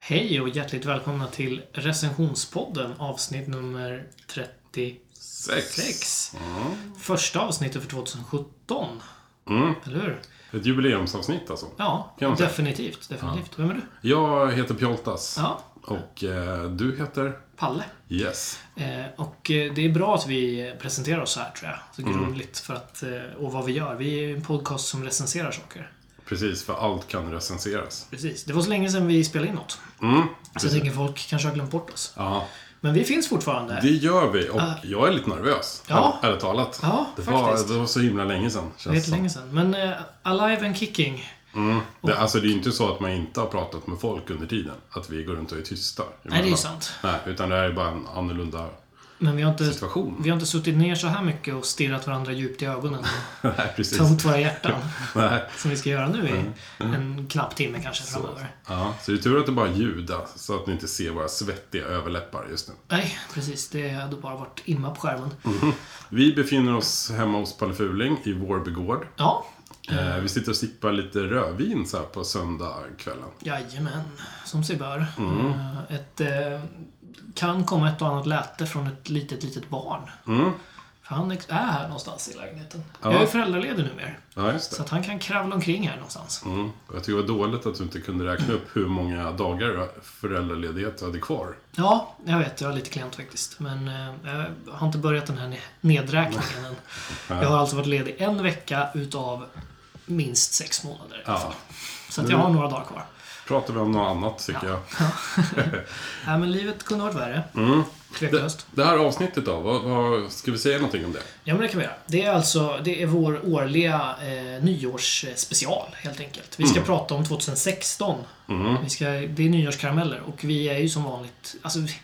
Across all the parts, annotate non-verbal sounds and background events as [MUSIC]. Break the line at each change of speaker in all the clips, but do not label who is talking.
Hej och hjärtligt välkomna till recensionspodden avsnitt nummer 36.
Sex.
Första avsnittet för 2017.
Mm.
Eller hur?
Ett jubileumsavsnitt alltså.
Ja,
Kan man säga.
definitivt. definitivt. Vem är du?
Jag heter Pjoltas.
Ja,
Och eh, du heter?
Palle.
Yes.
Eh, och eh, det är bra att vi presenterar oss så här tror jag. Så
Mm.
grundligt för att, eh, och vad vi gör. Vi är en podcast som recenserar saker.
Precis, för allt kan recenseras.
Precis. Det var så länge sedan vi spelade in något.
Mm.
Så jag tänker folk kanske har glömt bort oss.
Ja,
Men vi finns fortfarande.
det gör vi. Och
Ah.
jag är lite nervös.
Ja.
Ärligt talat.
Ja,
det, var,
faktiskt.
det var så himla länge sedan. Känns
Det är
det som.
länge sedan. Men eh, Alive and Kicking.
Det, alltså det är ju inte så att man inte har pratat med folk under tiden. Att vi går runt och är tysta.
Nej, det är ju
emellan.
sant.
Nej, utan det här är bara en annorlunda
Men vi har inte
situation.
Vi har inte suttit ner så här mycket och stirrat varandra djupt i ögonen och
[LAUGHS] Nej, precis.
tömt våra hjärtan.
Nej.
Som vi ska göra nu i en knapp timme kanske framöver.
Ja, så det är tur att det bara är ljud alltså, så att ni inte ser våra svettiga överläppar just nu.
Nej, precis. Det hade bara varit imma på skärmen.
Vi befinner oss hemma hos Palle Fuling i Vårbygård.
Ja,
Eh, vi sitter och sippar lite rödvin så här på söndagskvällen.
jajamän. Som sig bör.
Mm.
Eh, Ett, eh, kan komma ett och annat läte från ett litet, litet barn.
Mm.
För han är här någonstans i lägenheten.
Ja.
Jag är föräldraledig numera.
Ja, just
Så
det.
att han kan kravla omkring här någonstans.
Mm. Jag tycker det var dåligt att du inte kunde räkna upp hur många dagar föräldraledighet du hade kvar.
Ja, jag vet. Jag är lite klent faktiskt. Men eh, jag har inte börjat den här ne- nedräkningen
[LAUGHS]
än. Jag har alltså varit ledig en vecka utav minst sex månader. i alla fall.
Ja. Mm.
Så att jag har några dagar kvar.
Pratar vi om något annat tycker jag.
Nej, men livet kunde varit värre. Tveklöst.
Mm. Det här avsnittet då, vad, vad, ska vi säga någonting om det?
Ja, men det kan vi göra. Det är alltså det är vår årliga eh, nyårsspecial, helt enkelt. Vi ska
Mm.
prata om 2016. Vi ska, det är nyårskarameller och vi är ju som vanligt... Alltså, vi-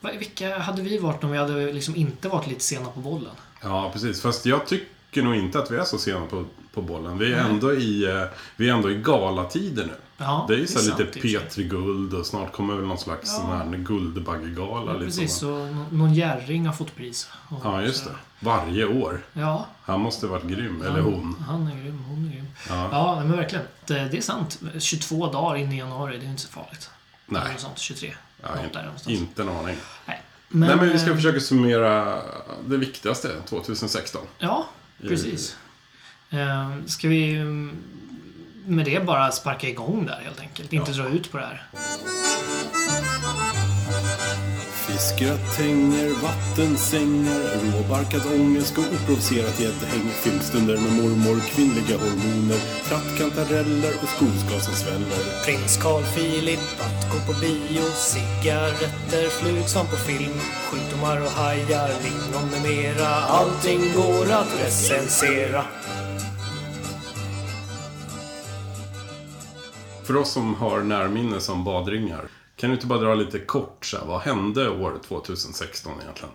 va- vilka hade vi varit om vi hade liksom inte varit lite sena på bollen?
Ja, precis. Fast jag tycker nog inte att vi är så sena på, på bollen. Vi är, ändå i, eh, vi är ändå i galatider nu.
Ja,
det är ju så här
sant i
lite
och för sig.
Petri Guld och snart kommer väl någon slags sån här Guldbaggegala.
Ja,
liksom.
Precis, och nå- någon Jerring har fått pris. Och
Ja, just
så-
det. Varje år.
Ja,
Han måste ha varit grym, eller hon.
han är grym, hon är grym.
Ja.
Ja, nej, men verkligen. Det, det är sant. 22 dagar in i januari, det är inte så farligt.
Nej,
Något sånt, 23.
ja,
Något där någonstans.
inte en aning.
Nej.
Nej, men vi ska
eh,
försöka summera det viktigaste 2016.
Ja, precis. Eh, Ska vi mm, med det bara sparka igång där helt enkelt? Inte dra ut på det här.
Fiskgratänger, vattensängar, råbarkad ångest och oprovocerat gäddhäng. Filmstunder med mormor, kvinnliga hormoner, trattkantareller och skogsgas som sväller.
Prins Carl Philip att gå på bio Cigaretter flug som på film Sjukdomar och hajar, lingon med mera Allting går att recensera
För oss som har närminne som badringar, kan du inte bara dra lite kort så här, vad hände år 2016 egentligen?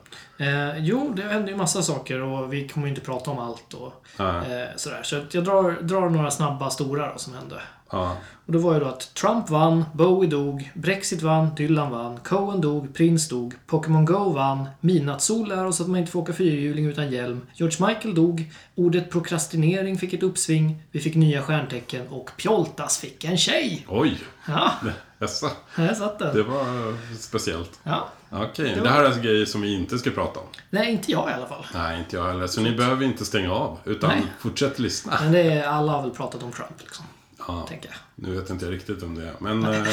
Eh, jo, det hände ju massa saker och vi kommer ju inte prata om allt och
Nej.
eh, sådär. Så att jag drar, drar några snabba stora då, som hände.
Ja,
Och det var ju då att Trump vann, Bowie dog, Brexit vann, Dylan vann, Cohen dog, Prince dog, Pokémon Go vann, midnattssol lär oss att man inte får åka fyrhjuling utan hjälm, George Michael dog, ordet prokrastinering fick ett uppsving, vi fick nya stjärntecken och Pjoltas fick en tjej!
oj!
Ja,
Jaså,
där satt den.
det var eh, speciellt.
Ja.
Okej, det här är alltså grejer som vi inte ska prata om.
Nej, inte jag i alla fall.
Nej, inte jag heller. Så ni behöver inte stänga av, utan
Nej.
fortsätt lyssna.
Men det är, alla har väl pratat om Trump liksom,
Ja.
tänker jag.
Nu vet inte jag riktigt om det är,
[LAUGHS]
men... eh, eh,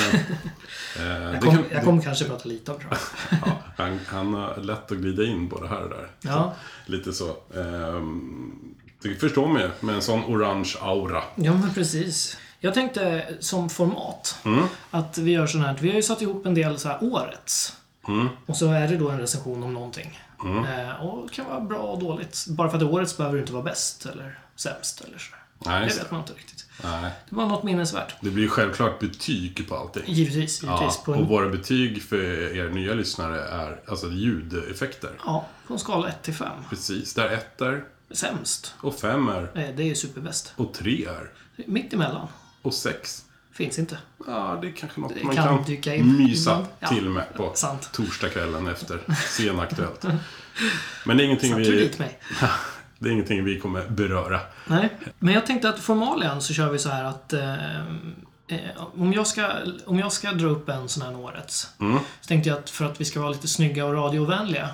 det
Jag, kom,
kan-
jag kommer kanske prata lite om Trump.
[LAUGHS] ja, han, han har lätt att glida in både här och där.
Ja.
Lite så. Ehm, det förstår man ju, med en sån orange aura.
ja, men precis. Jag tänkte som format
Mm.
att vi gör sån här. att Vi har ju satt ihop en del så här årets.
Mm.
Och så är det då en recension om någonting. Eh, och det kan vara bra och dåligt. Bara för att det är årets behöver det inte vara bäst eller sämst eller så.
Nej,
det
just
vet man inte riktigt.
Nej.
Det var något minnesvärt.
Det blir ju självklart betyg på allting.
Givetvis. givetvis
Ja,
på en,
och våra betyg för er nya lyssnare är alltså ljudeffekter.
ja, på en skala 1 till 5.
Precis, där ett är,
Sämst.
och fem är,
Eh, det är ju superbäst.
och tre är,
Mitt emellan.
och sex.
Finns inte.
Ja, det är kanske något
Det
man
kan
kan,
dyka in.
mysa
Mm. Ja,
till med på
[LAUGHS] sant.
torsdagskvällen
[LAUGHS]
efter sen Aktuellt. Men det är ingenting
Tog
vi...
dit mig.
Det är ingenting vi kommer beröra.
Nej, men jag tänkte att formalian så kör vi så här att eh, eh, om, jag ska, om jag ska dra upp en sån här årets,
Mm.
så tänkte jag att för att vi ska vara lite snygga och radiovänliga,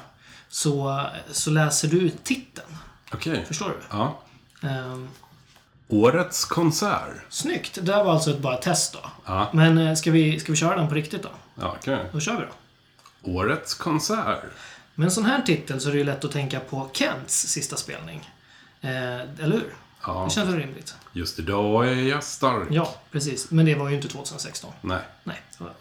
så, så läser du titeln.
Okej.
Förstår du?
Ja.
Ehm,
Årets konsert.
snyggt! Det där var alltså ett, bara ett test då.
Ja,
Men eh, ska vi, ska vi köra den på riktigt då?
ja okej.
Då kör vi då.
Årets konsert.
Med en sån här titel så är det ju lätt att tänka på Kents sista spelning. Eh, eller hur?
Ja.
Det känns väl rimligt?
Just idag är jag stark.
Ja, precis. Men det var ju inte 2016.
Nej.
Nej, det var-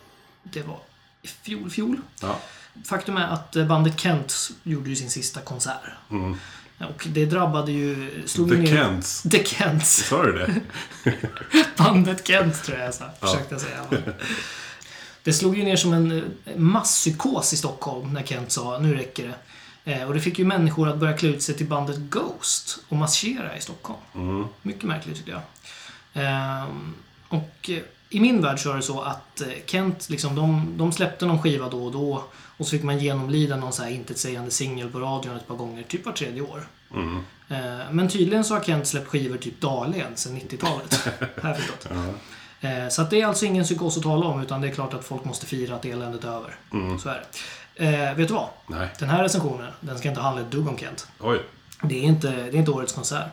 det var i fjol, fjol.
Ja.
Faktum är att eh, bandet Kent gjorde ju sin sista konsert. Ja, Och det drabbade ju... Slog
The
ner...
Kents.
The Kents.
Sa du det? [LAUGHS]
[LAUGHS] Bandet Kent tror jag jag sa. Försökte jag säga. Men Det slog ju ner som en eh, masspsykos i Stockholm när Kent sa nu räcker det. Eh, Och det fick ju människor att börja klä ut sig till bandet Ghost och marschera i Stockholm. Mycket märkligt tycker jag. Ehm, Och eh, i min värld så är det så att eh, Kent, liksom, de, de släppte någon skiva då och då och så fick man genomlida någon så här intetsägande singel på radion ett par gånger, typ var tredje år. Eh, Men tydligen så har Kent släppt skivor typ dagligen sedan 90-talet. har jag förstått. Eh, Så att det är alltså ingen psykos att tala om, utan det är klart att folk måste fira att eländet är över. Så är det. Eh, vet du vad?
Nej.
Den här recensionen, den ska inte handla ett dugg om Kent.
Oj.
Det är inte, det är inte årets konsert.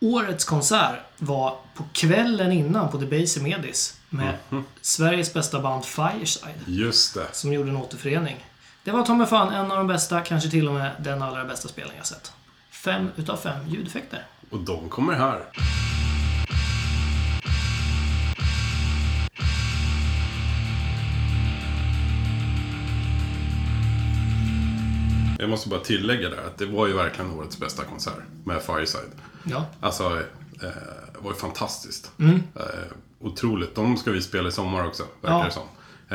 Årets konsert var på kvällen innan på Debaser Medis med Sveriges bästa band Fireside
Just det.
som gjorde en återförening. Det var ta mig fan en av de bästa, kanske till och med den allra bästa spelning jag sett. Fem utav fem ljudeffekter.
Och de kommer här. Jag måste bara tillägga där att det var ju verkligen årets bästa konsert med Fireside.
Ja,
Alltså, eh, det var ju fantastiskt.
Mm.
Eh, otroligt. De ska vi spela i sommar också, verkar
Ja.
det som.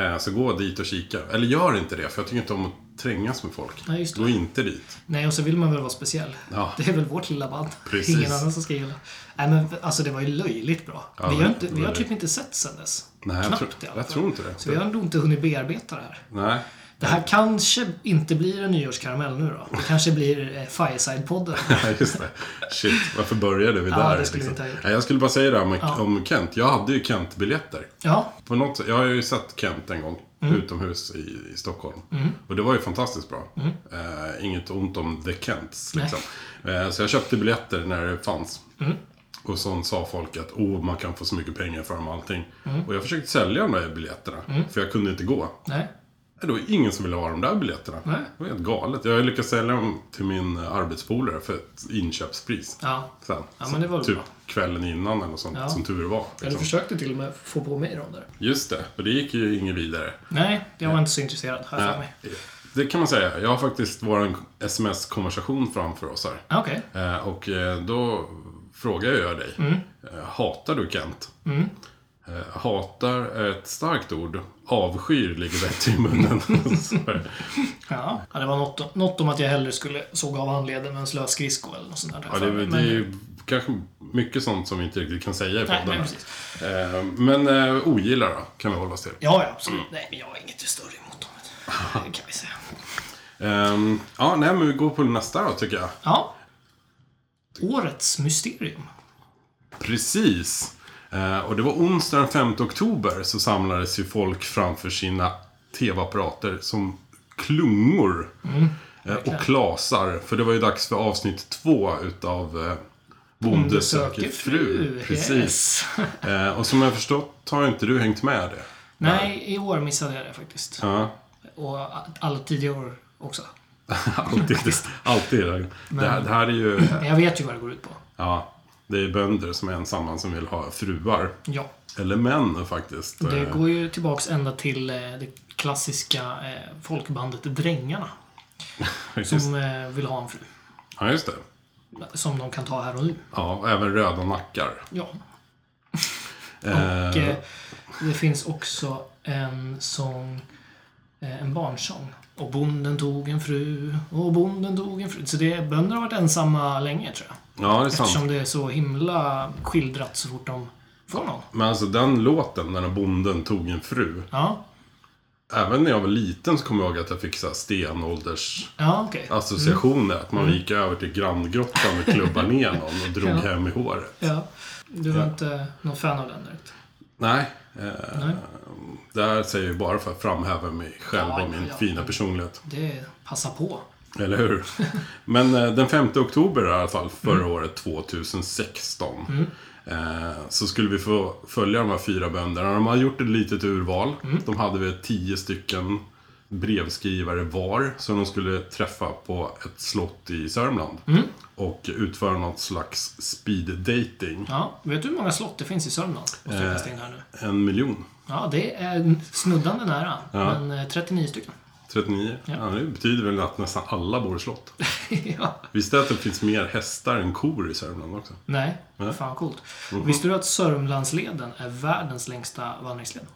Eh, så gå dit och kika. Eller gör inte det, för jag tycker inte om att trängas med folk.
Nej, just det.
Gå inte dit.
Nej, och så vill man väl vara speciell.
Ja.
[LAUGHS] Det är väl vårt lilla band.
Precis.
Ingen annan som ska gilla. Nej, men alltså det var ju löjligt bra. vi, har
det-
inte, vi har
det-
typ inte sett sen dess.
Nej, jag,
Knappt
tror-
i alla
jag
fall.
tror inte det.
Så vi har nog inte hunnit bearbeta det här.
Nej. [LAUGHS]
Det här kanske inte blir en nyårskaramell nu då. Det kanske blir eh,
[LAUGHS]
Fireside-podden.
Ja, just det. Shit, varför började vi
Ja,
där? liksom?
det skulle vi inte ha gjort.
Nej, Jag skulle bara säga det här med, om Kent. Jag hade ju Kent-biljetter.
Ja,
På något sätt, jag har ju sett Kent en gång
Mm.
utomhus i, i Stockholm. Och det var ju fantastiskt bra.
Mm.
Eh, inget ont om The Kents. Liksom. Eh, så jag köpte biljetter när det fanns.
Mm.
Och så sa folk att oh, man kan få så mycket pengar för dem och allting.
Mm.
Och jag försökte sälja de där biljetterna, för jag kunde inte gå.
nej.
Nej, Det var ingen som ville ha de där biljetterna.
Nej.
Det var helt galet. Jag lyckades sälja dem till min eh, arbetspolare för ett inköpspris.
Ja.
Sen,
Ja, men det var väl
typ
bra.
kvällen innan eller sånt,
Ja.
som tur var.
Du
Liksom.
försökte till och med få på mig dem där.
Just det, och det gick ju inget vidare.
Nej, jag var inte så intresserad. Har jag för mig.
Det kan man säga. Jag har faktiskt vår sms-konversation framför oss här.
Ja, Okej.
Eh, Och eh, då frågar jag dig.
Mm.
eh, Hatar du Kent? Eh, Hatar är ett starkt ord. Avskyr ligger bättre i munnen. [LAUGHS] Så här.
Ja. ja, det var något, något om att jag hellre skulle såga av handleden med en slös skridsko eller något sånt där.
Ja, det, är- det är ju kanske mycket sånt som vi inte riktigt kan säga i
Nej,
podden.
men
här.
precis.
Eh, Men eh, ogillar då, kan vi hålla oss till.
Ja, ja, absolut. Nej, men jag har inget större emot dem. Det kan vi säga.
Ehm, ja, nej, men vi går på nästa då, tycker jag.
Ja. Årets mysterium.
Precis. Eh, och det var onsdag den 5 oktober så samlades ju folk framför sina TV-apparater som klungor. eh, och klasar, för det var ju dags för avsnitt två utav eh, Bonde söker fru. Precis.
Yes.
Eh, och som jag förstått har inte du hängt med det.
Nej, i år missade jag det faktiskt.
Ja. [LAUGHS]
Och alla tidigare år också.
Alltid. alltid. Det, här, det här är ju...
Men jag vet ju vad det går ut på.
Ja, det är bönder som är ensamma som vill ha fruar.
Ja.
Eller män faktiskt.
Det
Eh,
går ju tillbaks ända till eh, det klassiska eh, folkbandet
[LAUGHS]
Drängarna.
faktiskt.
Som eh, vill ha en fru.
Ja, just det.
Som de kan ta här och nu.
Ja, och även röda nackar.
Ja.
Eh,
Och eh, det finns också en sång, eh, en barnsång. Och bonden tog en fru, och bonden tog en fru. Så det, bönder har varit ensamma länge tror jag.
ja, det är sant.
Eftersom det är så himla skildrat så fort de får någon.
Men alltså den låten, när den bonden tog en fru.
Ja,
Även när jag var liten så kommer jag ihåg att jag fick så här stenålders
ja okej. Mm.
associationer. Att man gick över till Grandgrottan och klubbade ner någon och drog
[LAUGHS] Ja.
hem i håret.
Ja. Du var inte någon fan av den direkt?
Nej, eh,
Nej.
Det här säger jag ju bara för att framhäva mig själv
Ja,
och min
ja, ja.
fina personlighet.
Det passar på.
Eller hur? Men eh, den 5 oktober i alla fall, förra året, 2016. eh, Så skulle vi få följa de här fyra bönderna. De hade gjort ett litet urval. De hade väl tio stycken brevskrivare var som de skulle träffa på ett slott i Sörmland. Och utföra något slags speed dating.
Ja, vet du hur många slott det finns i Sörmland? Måste jag kasta in här nu.
En miljon.
Ja, det är snuddande nära.
Ja.
Men eh, 39 stycken. [LAUGHS]
39. Ja. det betyder väl att nästan alla bor i slott.
ja.
Visst är det att det finns mer hästar än kor i Sörmland också?
Nej, fan vad coolt.
Mhm.
Visste du att Sörmlandsleden är världens längsta vandringsled?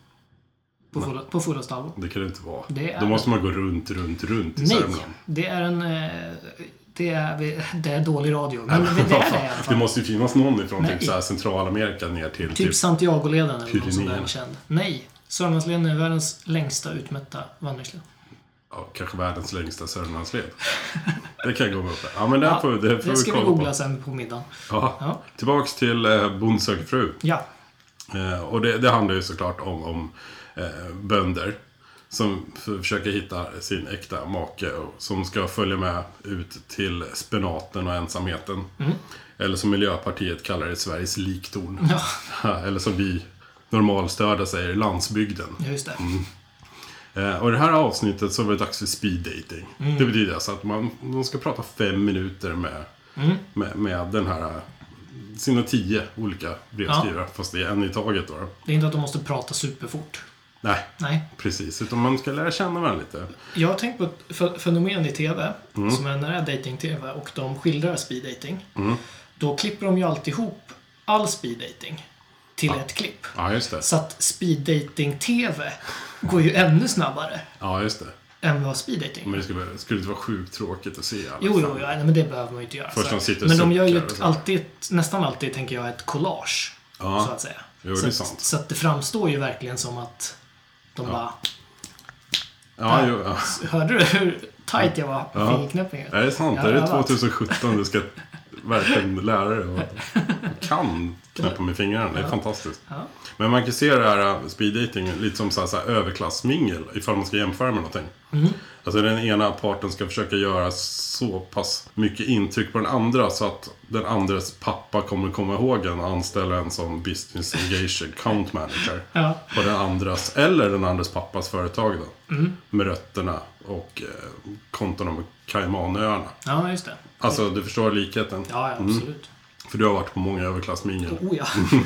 På, fulla, på fullaste allvar.
Det kan det inte vara.
Det är-
Då måste man gå runt, runt, runt i
Nej,
Sörmland.
det är en... eh, Det är, det är dålig radio, men det är
[LAUGHS]
det i alla
det
fall.
måste ju finnas någon ifrån
Nej.
typ så här Centralamerika ner till
Typ
typ...
Santiagoleden eller någon sån där
Pyrenéerna.
känd. Nej, Sörmlandsleden är världens längsta utmätta vandringsled.
Ja, kanske världens längsta Sörmlandsled. det kan jag gå med på. Ja, men det här får, vi- det får
Det
vi
ska vi
kolla
googla
på.
sen på middagen.
Ja.
Ja.
Tillbaks till eh, Bond söker fru.
Ja, [LAUGHS]
Eh, och det, det handlar ju såklart om, om eh, bönder som f- försöker hitta sin äkta make och som ska följa med ut till spenaten och ensamheten.
Mm.
Eller som Miljöpartiet kallar det, Sveriges liktorn. [LAUGHS] Eller som vi normalstörda säger, landsbygden.
ja, just det.
Mm. Eh, och i det här avsnittet så var det dags för speed dating.
Mm.
Det betyder alltså att man, man ska prata fem minuter med,
Mm.
med, med den här eh, sina tio olika brevskrivare, fast det är en i taget då.
Det är inte att de måste prata superfort.
Nej,
Nej,
Precis, utan man ska lära känna varandra lite.
Jag har tänkt på ett fe- fenomen i TV
Mm.
som är nära dating-TV och de skildrar speeddating.
Mm.
Då klipper de ju alltid ihop all speeddating till ett klipp.
Ja, just det.
Så att speeddating-TV går ju ännu snabbare
Ja, just det.
än vad speeddating
Men det skulle, skulle inte vara sjukt tråkigt att se alla.
Jo, jo, ja, nej, men det behöver man ju inte göra.
Först
så.
de sitter och
men de gör ju
suckar och
ett,
så.
alltid, ett- nästan alltid, tänker jag, ett collage.
Ja.
Så att säga.
Jo,
så,
det är
att-
sant.
så att det framstår ju verkligen som att de bara...
Ja, jo, ja.
Hörde du hur tight jag var på
Ja.
fingerknäppningen?
Det är sant.
Jag
är det
har övat.
2017 du ska verkligen lära dig och kan knäppa med fingrarna? Det är fantastiskt.
Ja.
Men man kan se det här äh, speeddating lite som så här, så här överklassmingel ifall man ska jämföra med någonting.
Mm.
Alltså den ena parten ska försöka göra så pass mycket intryck på den andra så att den andres pappa kommer komma ihåg en och anställa en som business engaged account manager.
[LAUGHS] Ja.
På den andras, eller den andres pappas företag då.
Mm.
Med rötterna och eh, kontona med Caymanöarna.
Ja, just det.
Alltså du förstår likheten.
Ja, ja absolut.
För du har varit på många överklassmingel.
Oh ja.
Mm.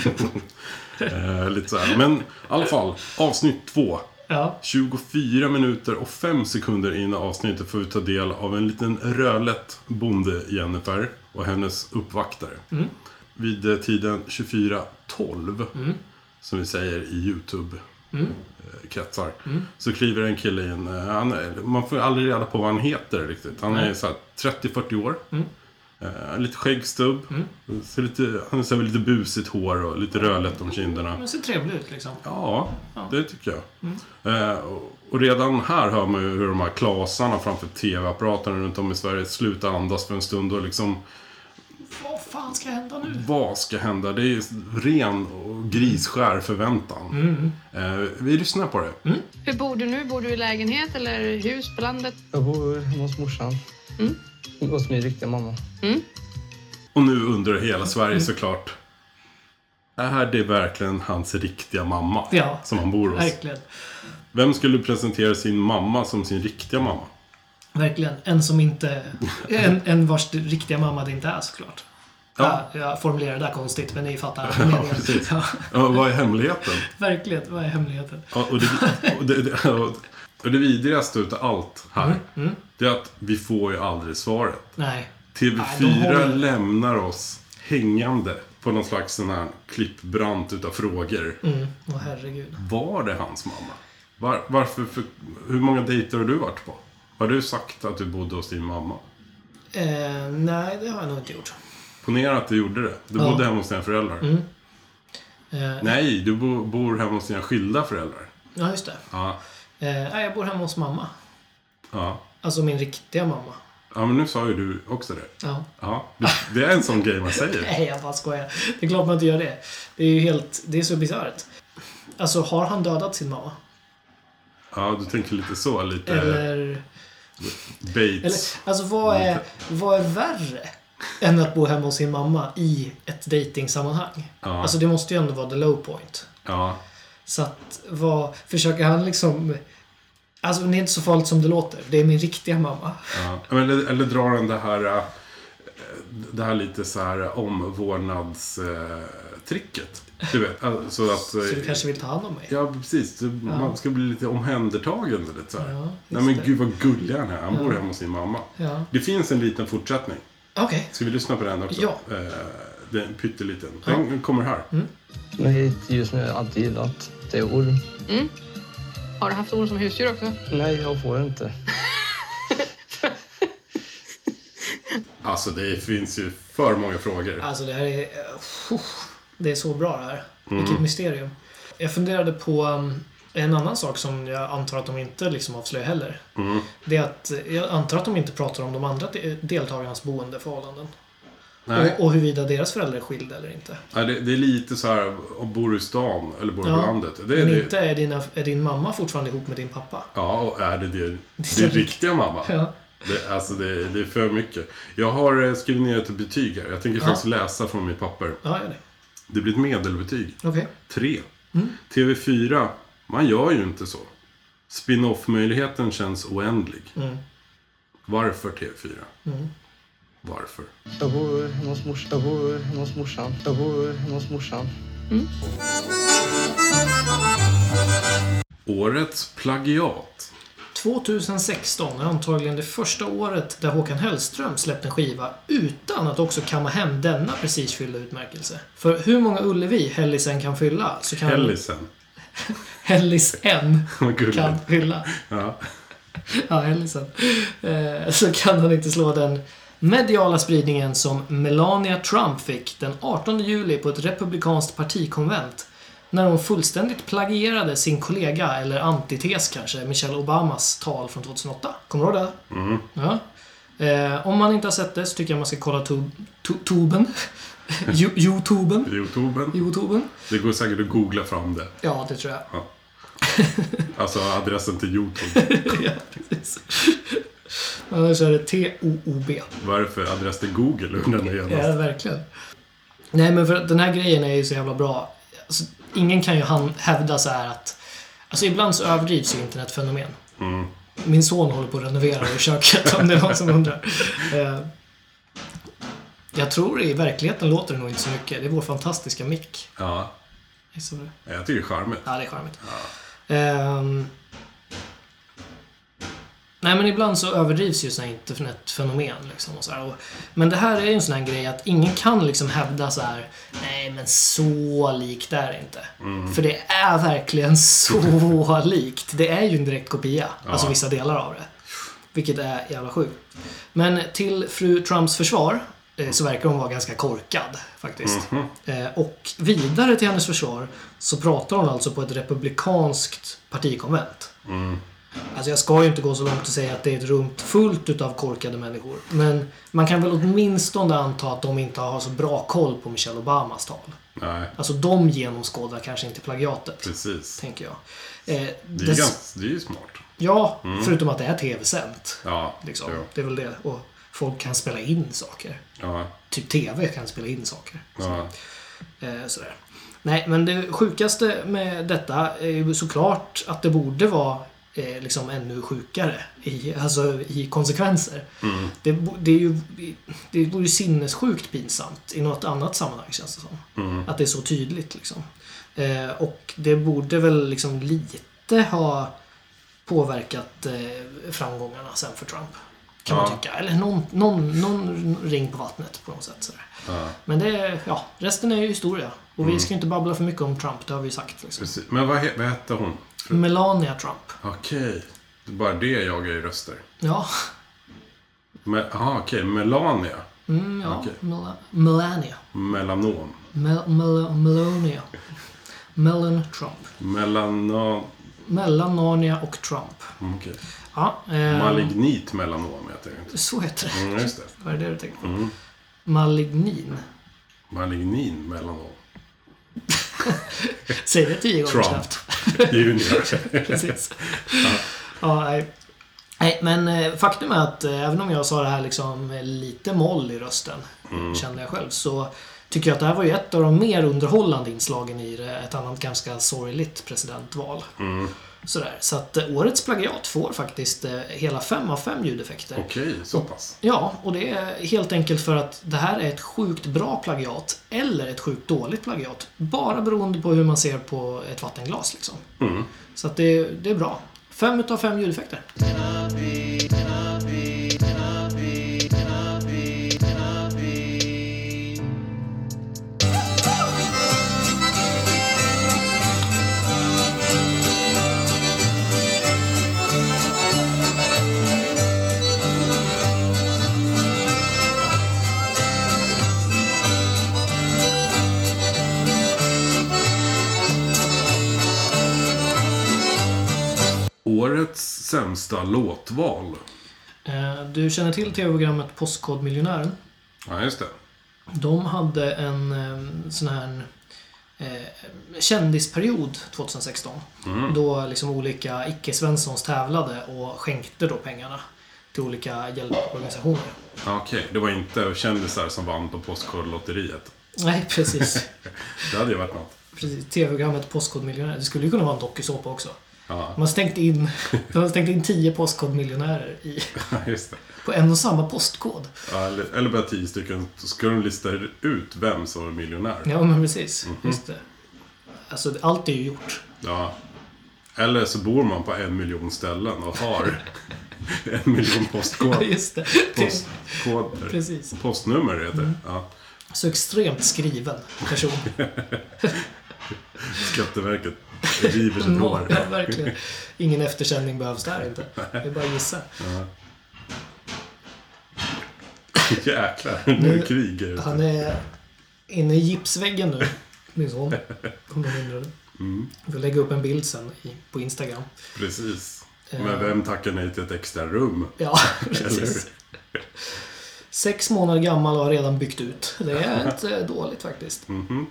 Eh, lite så här. Men i alla fall, avsnitt två.
[LAUGHS] ja.
24 minuter och 5 sekunder in i avsnittet får vi ta del av en liten rödlätt bonde Jennifer och hennes uppvaktare. Vid eh, tiden 24.12, som vi säger i YouTube-kretsar, så kliver en kille in. eh, Han är, man får aldrig reda på vad han heter riktigt. Han är så här 30-40 år. Eh, lite skäggstubb. Ser lite, han har lite busigt hår och lite rödlätt om kinderna.
Men ser trevlig ut liksom.
Ja, det tycker jag. Eh, och- och redan här hör man ju hur de här klasarna framför tv-apparaterna runt om i Sverige slutar andas för en stund och liksom,
Vad fan ska hända nu?
vad ska hända? Det är ju ren och grisskär förväntan. Eh, vi lyssnar på det.
Hur bor du nu? Bor du i lägenhet eller hus på landet?
Jag bor hemma hos morsan. Hos min riktiga mamma.
Och nu undrar hela Sverige såklart, är det verkligen hans riktiga mamma
Ja.
som han bor hos?
Verkligen.
Vem skulle presentera sin mamma som sin riktiga mamma?
Verkligen. En som inte... En, en vars riktiga mamma det inte är såklart.
Ja.
Jag, jag formulerar det där konstigt, men ni fattar.
[LAUGHS]
Ja,
precis.
ja,
Ja, vad är hemligheten?
verkligen. Vad är hemligheten?
Ja, och, det, och, det, det- och, och det vidrigaste utav allt här,
Mm,
det är att vi får ju aldrig svaret.
Nej. Nej, de
TV4
håller-
lämnar oss hängande på någon slags sån här klippbrant utav frågor.
Mm. Åh herregud.
Var det hans mamma? Var, varför, för, hur många dejter har du varit på? Har du sagt att du bodde hos din mamma?
Eh, nej, det har jag nog inte gjort.
Ponera att du gjorde det. Du
Ja. Mm.
bodde hemma hos dina föräldrar.
Eh,
Nej, du bo, bor hemma hos dina skilda föräldrar.
ja, just det.
Ja,
Eh, nej, jag bor hemma hos mamma.
ja.
Alltså min riktiga mamma.
ja men nu sa ju du också det.
Ja.
Ja, det- det är en sån grej man säger.
Nej, jag bara skojar. Det är klart man inte gör det. Det är ju helt... Det är så bisarrt. Alltså, har han dödat sin mamma?
Ja, du tänker lite så. Lite
Eller... Eller,
Bates.
alltså vad är, vad är värre än att bo hemma hos sin mamma i ett datingsammanhang?
Ja.
Alltså det måste ju ändå vara the low point.
Ja.
Så att vad, försöker han liksom... Alltså det är inte så farligt som det låter. Det är min riktiga mamma.
Ja. Eller, eller drar han det här, eh, det här lite så här omvårdnadstricket. Du vet, alltså att...
Så du
eh,
kanske vill ta hand om mig?
Ja, precis. Du, Man ska bli lite omhändertagen. Lite så här.
Ja,
Nej,
just
men
det.
gud vad gullig han är. Han bor hemma hos sin mamma.
Ja.
Det finns en liten fortsättning.
Okej.
Ska vi lyssna på den också?
Ja. Mm.
Eh, den är pytteliten. Den kommer här.
Men det är ett djur som jag alltid gillat. Det är orm.
Har du haft orm som husdjur också?
Nej, jag får inte.
Alltså, det finns ju för många frågor.
Alltså det här är... eh, Det är så bra det här.
Mm.
Vilket mysterium. Jag funderade på um, en annan sak som jag antar att de inte liksom avslöjar heller.
Mm.
Det är att eh, jag antar att de inte pratar om de andra de- deltagarnas boendeförhållanden.
Nej.
Och, och huruvida deras föräldrar är skilda eller inte.
Ja, det, det är lite så här, om bor du i stan eller bor du
Ja.
på landet? Det är
Men
det,
inte är, dina, är din mamma fortfarande ihop med din pappa.
Ja, och är
[LAUGHS]
det din, din riktiga mamma?
Ja.
Det, alltså det, det är för mycket. Jag har eh, skrivit ner ett betyg här. Jag tänker faktiskt läsa från mitt papper.
Ja, gör det.
Det blir ett medelbetyg.
Okej.
3.
Mm.
TV4, man gör ju inte så. Spin-off-möjligheten känns oändlig.
Mm.
Varför TV4? Varför?
Jag bor hemma hos morsan. Jag bor hemma hos morsan. Jag bor hemma hos morsan.
Årets plagiat.
2016 är antagligen det första året där Håkan Hellström släppt en skiva utan att också kamma hem denna precis fyllda utmärkelse. För hur många Ullevi Hellisen kan fylla så kan
Hellisen. [LAUGHS]
Hellisen
Vad gulligt.
kan fylla.
Ja.
[LAUGHS] Ja, Hellisen. Eh, Så kan han inte slå den mediala spridningen som Melania Trump fick den 18 juli på ett republikanskt partikonvent när hon fullständigt plagierade sin kollega, eller antites kanske, Michelle Obamas tal från 2008. Kommer du ihåg det? Ja. Eh, om man inte har sett det så tycker jag man ska kolla tub- tu- tuben. [LAUGHS] Yo- Youtuben.
Youtuben.
Youtuben.
Det går säkert att googla fram det.
Ja, det tror jag. [LAUGHS]
Alltså adressen till Youtube.
ja, precis. Annars är det T-O-O-B.
Varför adress till Google undrar jag
Ja,
genast.
verkligen. Nej, men för att den här grejen är ju så jävla bra. Alltså, ingen kan ju han- hävda så här att... Alltså ibland så överdrivs ju internetfenomen. Min son håller på att renovera i köket om det är någon som undrar. Eh, Jag tror i verkligheten låter det nog inte så mycket. Det är vår fantastiska mick.
Ja,
Jag såg det.
jag tycker det är charmigt.
Ja, det är charmigt. Ehm, nej, men ibland så överdrivs ju sådana internetfenomen. Liksom och så här. Och, men det här är ju en sån här grej att ingen kan liksom hävda så här. Nej, men så likt är det inte. För det är verkligen så likt. Det är ju en direkt kopia. Alltså vissa delar av det. Vilket är jävla sjukt. Men till fru Trumps försvar eh, så verkar hon vara ganska korkad faktiskt.
Mhm.
Eh, Och vidare till hennes försvar så pratar hon alltså på ett republikanskt partikonvent.
Mm.
Alltså jag ska ju inte gå så långt och säga att det är ett rum fullt utav korkade människor. Men man kan väl åtminstone anta att de inte har så bra koll på Michelle Obamas tal.
Nej,
Alltså de genomskådar kanske inte plagiatet,
precis.
tänker jag. Eh,
Det är,
dess-
ganska, Mm. det är ju smart.
Ja, förutom att det är tv-sänt.
Ja,
Liksom.
ja,
Det är väl det. Och folk kan spela in saker.
ja,
Typ TV kan spela in saker.
ja.
Eh, sådär. Nej, men det sjukaste med detta är ju såklart att det borde vara eh, liksom ännu sjukare i, alltså, i konsekvenser. Det, bo- det, är ju, det vore ju sinnessjukt pinsamt i något annat sammanhang känns det som. Att det är så tydligt liksom. Eh, och det borde väl liksom lite ha påverkat eh, framgångarna sen för Trump. Kan
Ja.
man tycka. Eller någon, någon, någon ring på vattnet på något sätt. Sådär. Men det, ja, resten är ju historia. Och vi ska ju inte babbla för mycket om Trump, det har vi ju sagt. Liksom.
Mm. Precis. Men vad, he, vad hette hon?
Melania Trump.
Okej. Det är bara det jag är i röster.
Ja,
Me- Jaha, okej. Melania.
mm, ja.
Okej.
Mela- Melania.
Melanom.
Mel- Mel- Melania. Melon Trump.
Melanom.
Mellan Narnia och Trump.
Okej.
Ja, eh,
Malignit melanom heter det inte.
så heter det.
Mm, just det.
Vad är det du tänkte på? Malignin.
Malignin melanom.
Säg det tio gånger
Trump.
snabbt.
Junior.
[LAUGHS] Precis. ja, nej. Nej, men eh, faktum är att eh, även om jag sa det här liksom eh, lite moll i rösten, kände jag själv, så tycker jag att det här var ju ett av de mer underhållande inslagen i det, ett annat ganska sorgligt presidentval. Sådär. Så att eh, årets plagiat får faktiskt eh, hela fem av fem ljudeffekter.
Okej, så pass.
Ja, och det är helt enkelt för att det här är ett sjukt bra plagiat eller ett sjukt dåligt plagiat. Bara beroende på hur man ser på ett vattenglas liksom. Så att det, det är bra. Fem utav fem ljudeffekter.
Årets sämsta låtval.
Eh, Du känner till tv-programmet Postkodmiljonären?
Ja, just det.
De hade en eh, sån här eh, kändisperiod 2016. Då liksom olika icke-Svenssons tävlade och skänkte då pengarna till olika hjälporganisationer.
Ja, Okej, det var inte kändisar som vann på Postkodlotteriet.
Nej, precis.
Det hade ju varit något.
precis. TV-programmet Postkodmiljonär. Det skulle ju kunna vara en dokusåpa också.
Ja, [LAUGHS]
De har stängt in, de har stängt in tio Postkodmiljonärer i,
just det.
på en och samma postkod.
Ja, eller, eller bara tio stycken. Så ska de lista ut vem som är miljonär.
Ja, men precis. Just det. Alltså, allt är ju gjort.
Ja. Eller så bor man på en miljon ställen och har [LAUGHS] en miljon
Ja, [LAUGHS]
postkoder.
just det. det.
Postkoder.
Precis.
Postnummer heter det. Ja.
Så extremt skriven person.
Skatteverket river sitt
Ja,
hår.
verkligen. Ingen efterkänning behövs där inte. Det är bara att gissa.
Jäklar, nu är det krig här
Han
ute.
är inne i gipsväggen nu. Min son. Om de undrar det. Vi får lägga upp en bild sen i, på Instagram.
Precis. Men vem tackar nej till ett extra rum?
Ja, [LAUGHS]
Eller
precis.
hur?
Sex månader gammal och har redan byggt ut. Det är
[LAUGHS]
inte dåligt faktiskt.
Mhm.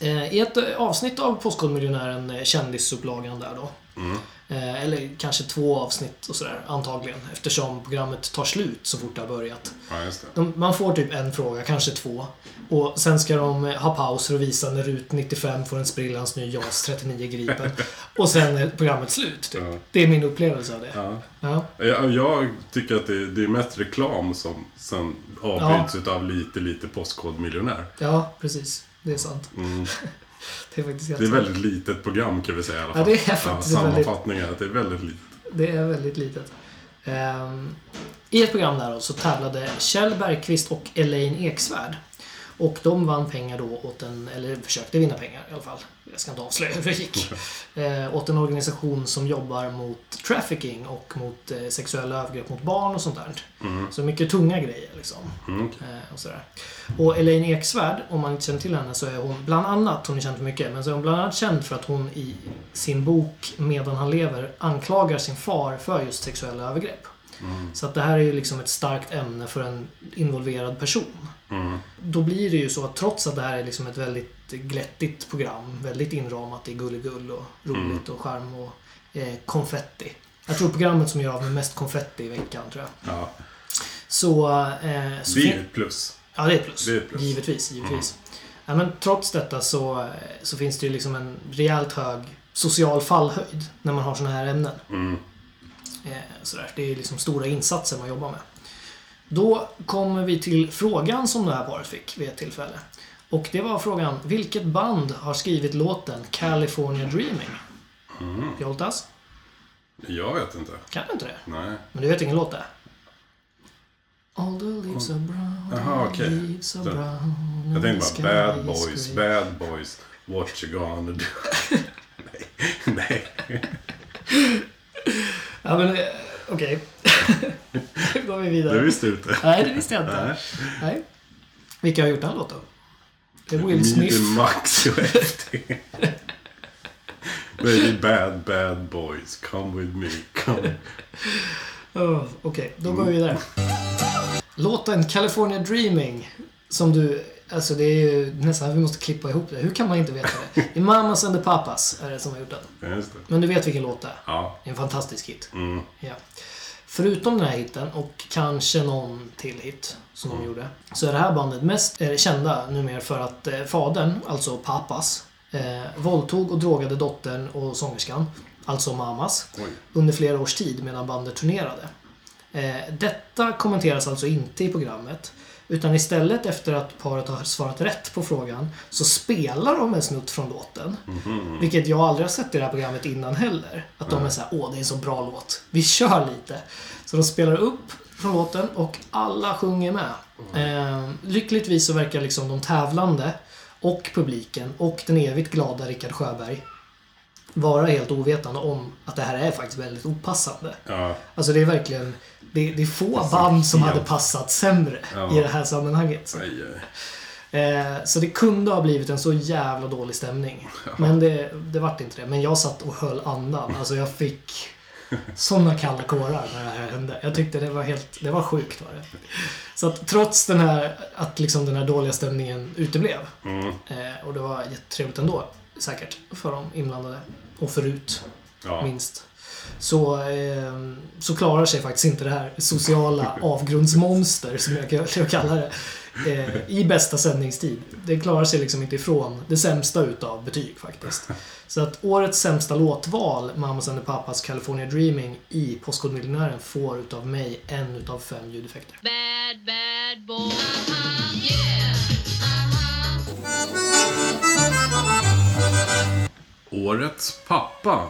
Eh, I ett eh, avsnitt av Postkodmiljonären, eh, kändisupplagan där då.
Mm.
Eh, Eller kanske två avsnitt och sådär, antagligen. Eftersom programmet tar slut så fort det har börjat.
Ja, just det.
De, man får typ en fråga, kanske två. Och sen ska de eh, ha paus för att visa när RUT 95 får en sprillans ny JAS 39
[LAUGHS]
Gripen. Och sen är programmet slut. Typ.
Ja.
Det är min upplevelse av det. Ja. Ja.
Jag, jag tycker att det, det är mest reklam som sen avbryts utav lite, lite postkodmiljonär. Mm.
precis. Det är sant. [LAUGHS] det är faktiskt helt
Det är
sant.
väldigt litet program kan vi säga i alla fall.
Ja, det är faktiskt väldigt-
sammanfattningen, att det är väldigt litet.
Det är väldigt litet. Ehm, I ett program där då så tävlade Kjell Bergqvist och Elaine Eksvärd. Och de vann pengar då åt en, eller försökte vinna pengar i alla fall. Jag ska inte avslöja hur det
[LAUGHS]
gick. Eh, åt en organisation som jobbar mot trafficking och mot eh, sexuella övergrepp mot barn och sånt där.
Mm,
Så mycket tunga grejer liksom. Eh, och, sådär. och Elaine Eksvärd, om man inte känner till henne, så är hon bland annat, hon är känd för mycket, men så är hon bland annat känd för att hon i sin bok Medan han lever anklagar sin far för just sexuella övergrepp.
Mm,
Så att det här är ju liksom ett starkt ämne för en involverad person.
mm.
Då blir det ju så att trots att det här är liksom ett väldigt glättigt program, väldigt inramat i gulligull och roligt och charm och eh, konfetti. Jag tror programmet som gör av med mest konfetti i veckan, tror jag.
Ja,
Så... Eh, så
det är ju ett plus.
Ja, det är ett plus.
Det är ett plus. Mm.
Givetvis, givetvis. Ja, men trots detta så, så finns det ju liksom en rejält hög social fallhöjd när man har sådana här ämnen.
Mm.
Eh, sådär. Det är ju liksom stora insatser man jobbar med. Då kommer vi till frågan som det här paret fick vid ett tillfälle. Och det var frågan, vilket band har skrivit låten California Dreaming?
Mm.
Joltas?
Jag vet inte.
Kan du inte det?
Nej.
Men du vet ingen låt det? All the leaves are brown,
Jaha, okej.
leaves are
Den-
brown
Jag
the
tänkte
sky
bara bad
is
boys,
grey."
bad boys, what you gonna do? [LAUGHS] nej, nej.
Ja, men eh, okej. [LAUGHS] Nu går vi
Det
vidare.
visste du
[LAUGHS]
inte.
Nej, det visste jag inte.
Nej.
Nej. Vilka har gjort den låten? Det är Will Smith.
Midi Max och FT. Baby bad, bad boys, come with me, come.
Oh,
Mm.
Okej, då går vi vidare. Låten California Dreaming, som du Alltså det är ju nästan att vi måste klippa ihop det. Hur kan man inte veta det? Det är Mamas and the Papas är det som har gjort den.
Ja, just det.
Men du vet vilken låt det är?
Ja.
Det är en fantastisk hit.
Mm.
Ja. Förutom den här hiten och kanske någon till hit som de gjorde. Så är det här bandet mest eh, kända numera för att eh, fadern, alltså Papas, eh, våldtog och drogade dottern och sångerskan, alltså Mamas,
Oj.
under flera års tid medan bandet turnerade. Eh, detta kommenteras alltså inte i programmet. Utan istället efter att paret har svarat rätt på frågan så spelar de en snutt från låten. Vilket jag aldrig har sett i det här programmet innan heller. Att de är såhär, åh det är en så bra låt. Vi kör lite. Så de spelar upp från låten och alla sjunger med. Eh, lyckligtvis så verkar liksom de tävlande och publiken och den evigt glada Rickard Sjöberg vara helt ovetande om att det här är faktiskt väldigt opassande.
Ja.
Alltså det är verkligen, det, det är få band som hade
ja.
passat sämre
Ja.
i det här sammanhanget.
Aj, aj.
Eh, så det kunde ha blivit en så jävla dålig stämning. Men det, det vart inte det. Men jag satt och höll andan. Alltså jag fick
[LAUGHS]
sådana kalla kårar när det här hände. Jag tyckte det var helt, det var sjukt var det. Så att trots den här, att liksom den här dåliga stämningen uteblev.
Mm,
Eh, och det var jättetrevligt ändå. Säkert. För de inblandade. Och förut
Ja.
minst. Så, eh, så klarar sig faktiskt inte det här sociala avgrundsmonster, som jag kan- jag kallar det, eh, i bästa sändningstid. Det klarar sig liksom inte ifrån det sämsta utav betyg faktiskt. Så att årets sämsta låtval, Mamas and the Papas California Dreaming, i Postkodmiljonären får utav mig en utav fem ljudeffekter.
Bad, bad boy.
Årets pappa.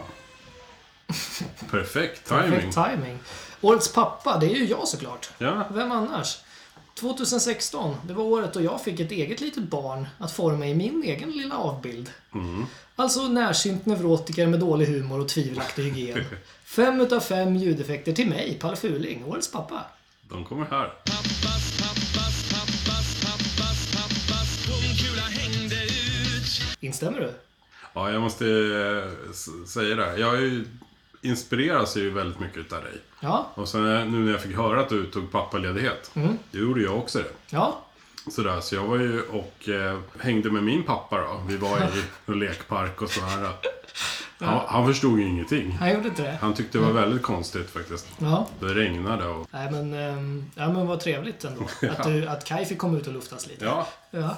Perfekt timing.
Perfekt timing. Årets pappa, det är ju jag såklart.
Ja.
Vem annars? 2016, det var året då jag fick ett eget litet barn att forma i min egen lilla avbild.
Mm.
Alltså närsynt neurotiker med dålig humor och tvivelaktig
[LAUGHS]
hygien. fem utav fem ljudeffekter till mig, Palle Fuling, årets pappa.
De kommer här.
Instämmer du?
Ja, jag måste eh, s- säga det. Jag är ju, inspireras ju väldigt mycket utav dig.
Ja,
Och sen eh, nu när jag fick höra att du tog pappaledighet. Då gjorde jag också det.
ja,
Sådär, så jag var ju och eh, hängde med min pappa då. Vi var i
[LAUGHS]
en lekpark och sådär. Han, han förstod ju ingenting.
han gjorde inte det.
Han tyckte det
Mm.
var väldigt konstigt faktiskt.
Ja.
Det regnade och...
Nej men, ehm, ja, men vad trevligt
[LAUGHS]
ändå. Att, du, att Kai fick komma ut och luftas lite.
Ja,
Ja.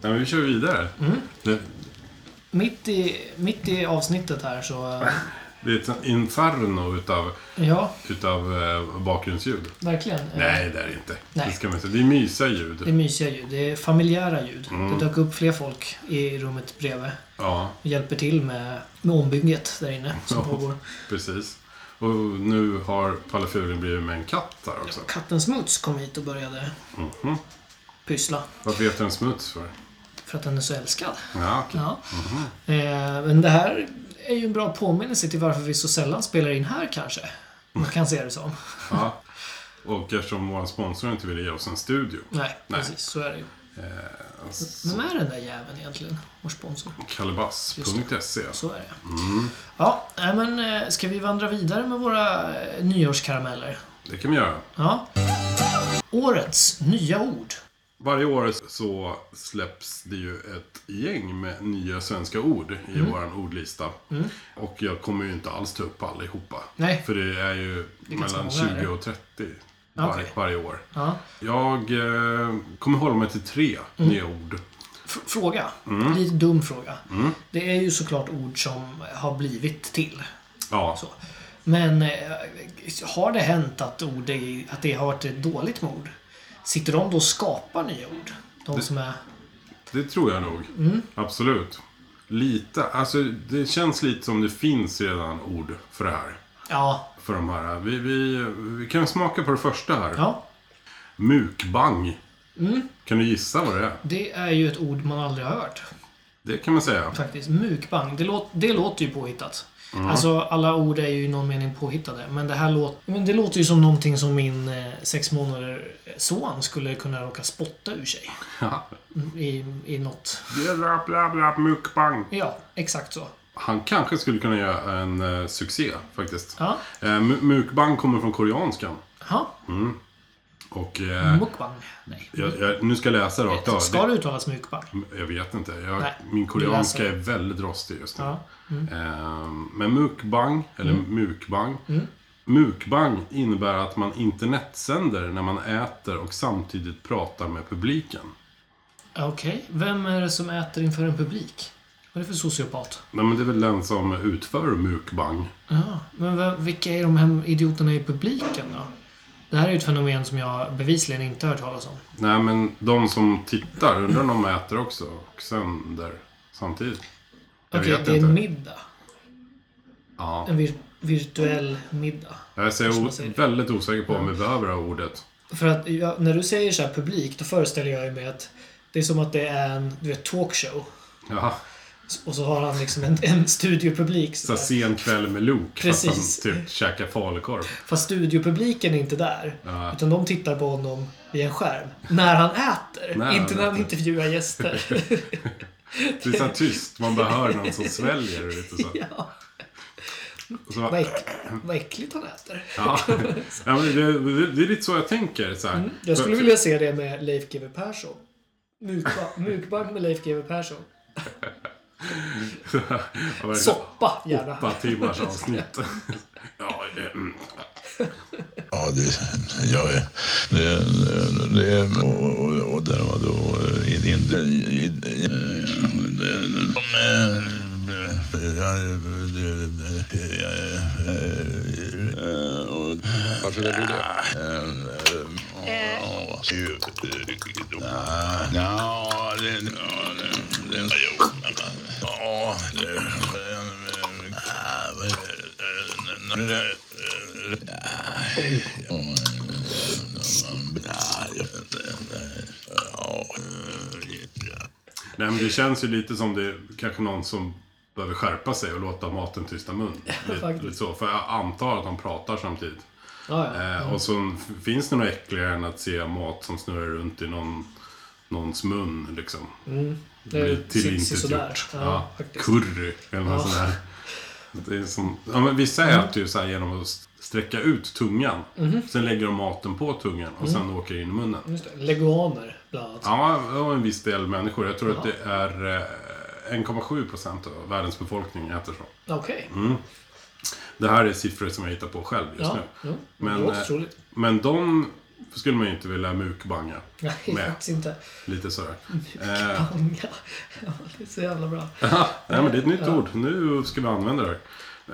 nej, men vi kör vidare.
Mm.
Det,
Mitt, i, mitt i avsnittet här så... eh,
det är ett sånt inferno utav,
Ja,
utav eh, bakgrundsljud.
verkligen. Eh,
Nej, det är det inte.
Nej.
Det, ska man inte. det är mysiga
Det är
ljud.
mysiga ljud. Det är familjära ljud.
Mm.
Det dök upp fler folk i rummet bredvid.
Ja,
Och hjälper till med, med ombygget där inne som
Ja.
pågår.
precis. Och nu har Palle Furing blivit med en katt där också.
Katten Smuts kom hit och började
Mhm.
pyssla.
Vad vet du en smuts för?
För att den är så älskad.
Ja, okej.
Ja.
Mhm.
Eh, men det här är ju en bra påminnelse till varför vi så sällan spelar in här kanske. Man kan se det som.
ja. Och eftersom vår sponsor inte ville ge oss en studio. alltså,
Nej,
Nej.
precis. Så är det ju. Vem är den där jäveln egentligen? Vår sponsor.
Kalebas.se.
Så är det.
Mm.
Ja, nej, men eh, ska vi vandra vidare med våra eh, nyårskarameller?
Det kan vi göra.
Ja. Årets nya ord.
Varje år så släpps det ju ett gäng med nya svenska ord i
Mm.
våran ordlista. Och jag kommer ju inte alls ta upp allihopa.
Nej.
För det är ju
ganska
mellan
många, eller?
20 och 30 var,
Okej.
varje år.
Ja.
Jag eh, kommer hålla mig till tre
Mm.
nya ord.
F- fråga. Lite dum fråga. Det är ju såklart ord som har blivit till.
Ja,
Så. Men eh, har det hänt att, ord är, att det har varit ett dåligt med ord? Sitter de då och skapar nya ord? De som är...
det tror jag nog.
Mm.
Absolut. Lite, alltså det känns lite som det finns redan ord för det här.
Ja.
För de här. Vi, vi, vi kan smaka på det första här.
ja. Mm.
Mukbang. Kan du gissa vad det är?
Det är ju ett ord man aldrig har hört.
Det kan
[LAUGHS]
man säga.
Faktiskt. Mukbang. Det, låt, det låter ju påhittat.
Mm.
Alltså alla ord är ju i någon mening påhittade. Men det här låter, men det låter ju som någonting som min eh, sex månader eh, son skulle kunna råka spotta ur sig. I, i något.
Bla, bla, bla, mukbang.
Ja, exakt så.
Han kanske skulle kunna göra en eh, succé faktiskt.
Ja.
Eh, mu- mukbang kommer från koreanskan.
Jaha.
Och eh,
Mukbang. Nej.
jag, jag, nu ska jag läsa rakt av.
Mm. Ska det uttalas mukbang?
Jag vet inte. Jag,
Nej,
min koreanska
vi
är väldigt rostig just nu.
Ja. mm.
Ehm, men mukbang, eller mukbang.
Mm.
Mukbang innebär att man internetsänder när man äter och samtidigt pratar med publiken.
Okej. Vem är det som äter inför en publik? Vad är det för sociopat?
Nej, men det är väl den som utför mukbang.
Ja, men vem, vilka är de här idioterna i publiken då? Det här är ju ett fenomen som jag bevisligen inte har hört talas om.
Nej, men de som tittar, undrar om de äter också och sänder samtidigt. Jag
Okej,
vet
det är en
inte.
middag.
Ja.
En vir virtuell middag.
Jag är så
Kanske man
o-
säger.
väldigt osäker på om vi behöver det här ordet.
För att jag, när du säger så här publik, då föreställer jag mig att det är som att det är en du vet, talkshow.
Ja,
Och så har han liksom en, en studiopublik.
så
Så
här
där.
sen kväll med Luke
Precis.
fast han typ käkar falukorv.
Fast studiopubliken är inte där.
Ja.
Utan de tittar på honom via en skärm. När han äter.
När han
inte när han
äter.
intervjuar
[LAUGHS]
gäster.
Det är så här tyst, man bara hör någon som sväljer och lite så.
ja.
så
vad,
bara,
äck, vad äckligt han äter.
ja. ja men det, det, det är lite så jag tänker. Så här.
Mm. Jag skulle
För-
vilja se det med Leif GW Persson. Mukba- Mukbang med Leif GW
[LAUGHS]
Persson.
vad är det?
Soppa gärna.
Åtta timmars avsnitt. ja, det, mm.
Ja, det, ja, det, det, och, och, och där var då i in, Varför det blir det? Ja, det... Ja,
Nej, men det känns ju lite som det är kanske någon som behöver skärpa sig och låta maten tysta mun. Lite,
faktiskt.
lite så, för jag antar att de pratar samtidigt.
Ja, ja.
Eh, och
Mm.
så f- finns det något äckligare än att se mat som snurrar runt i någon, någons mun liksom.
Det är si- si-
tillintetgjort.
sådär. Ja,
Ja,
faktiskt.
curry eller något
Ja. Mm.
sånt där. Det är som, ja, men vissa äter ju så här genom att st- sträcka ut tungan.
Mm-hmm.
Sen lägger de maten på tungan och
Mm.
sen åker det in i munnen.
Just det. Leguaner, bland annat.
Ja, och en viss del människor. Jag tror att det är eh, 1,7 procent av världens befolkning äter så.
Okej.
Det här är siffror som jag hittar på själv Mm, just
Ja,
nu.
jo.
Men,
det låter
eh,
troligt.
Men de skulle man ju inte vilja mukbanga.
Nej,
med.
faktiskt inte.
Lite sådär. Eh,
Panga. [LAUGHS] Ja, det är så jävla bra.
[LAUGHS] nej, Eh, men det är ett nytt ord. Nu ska vi använda det.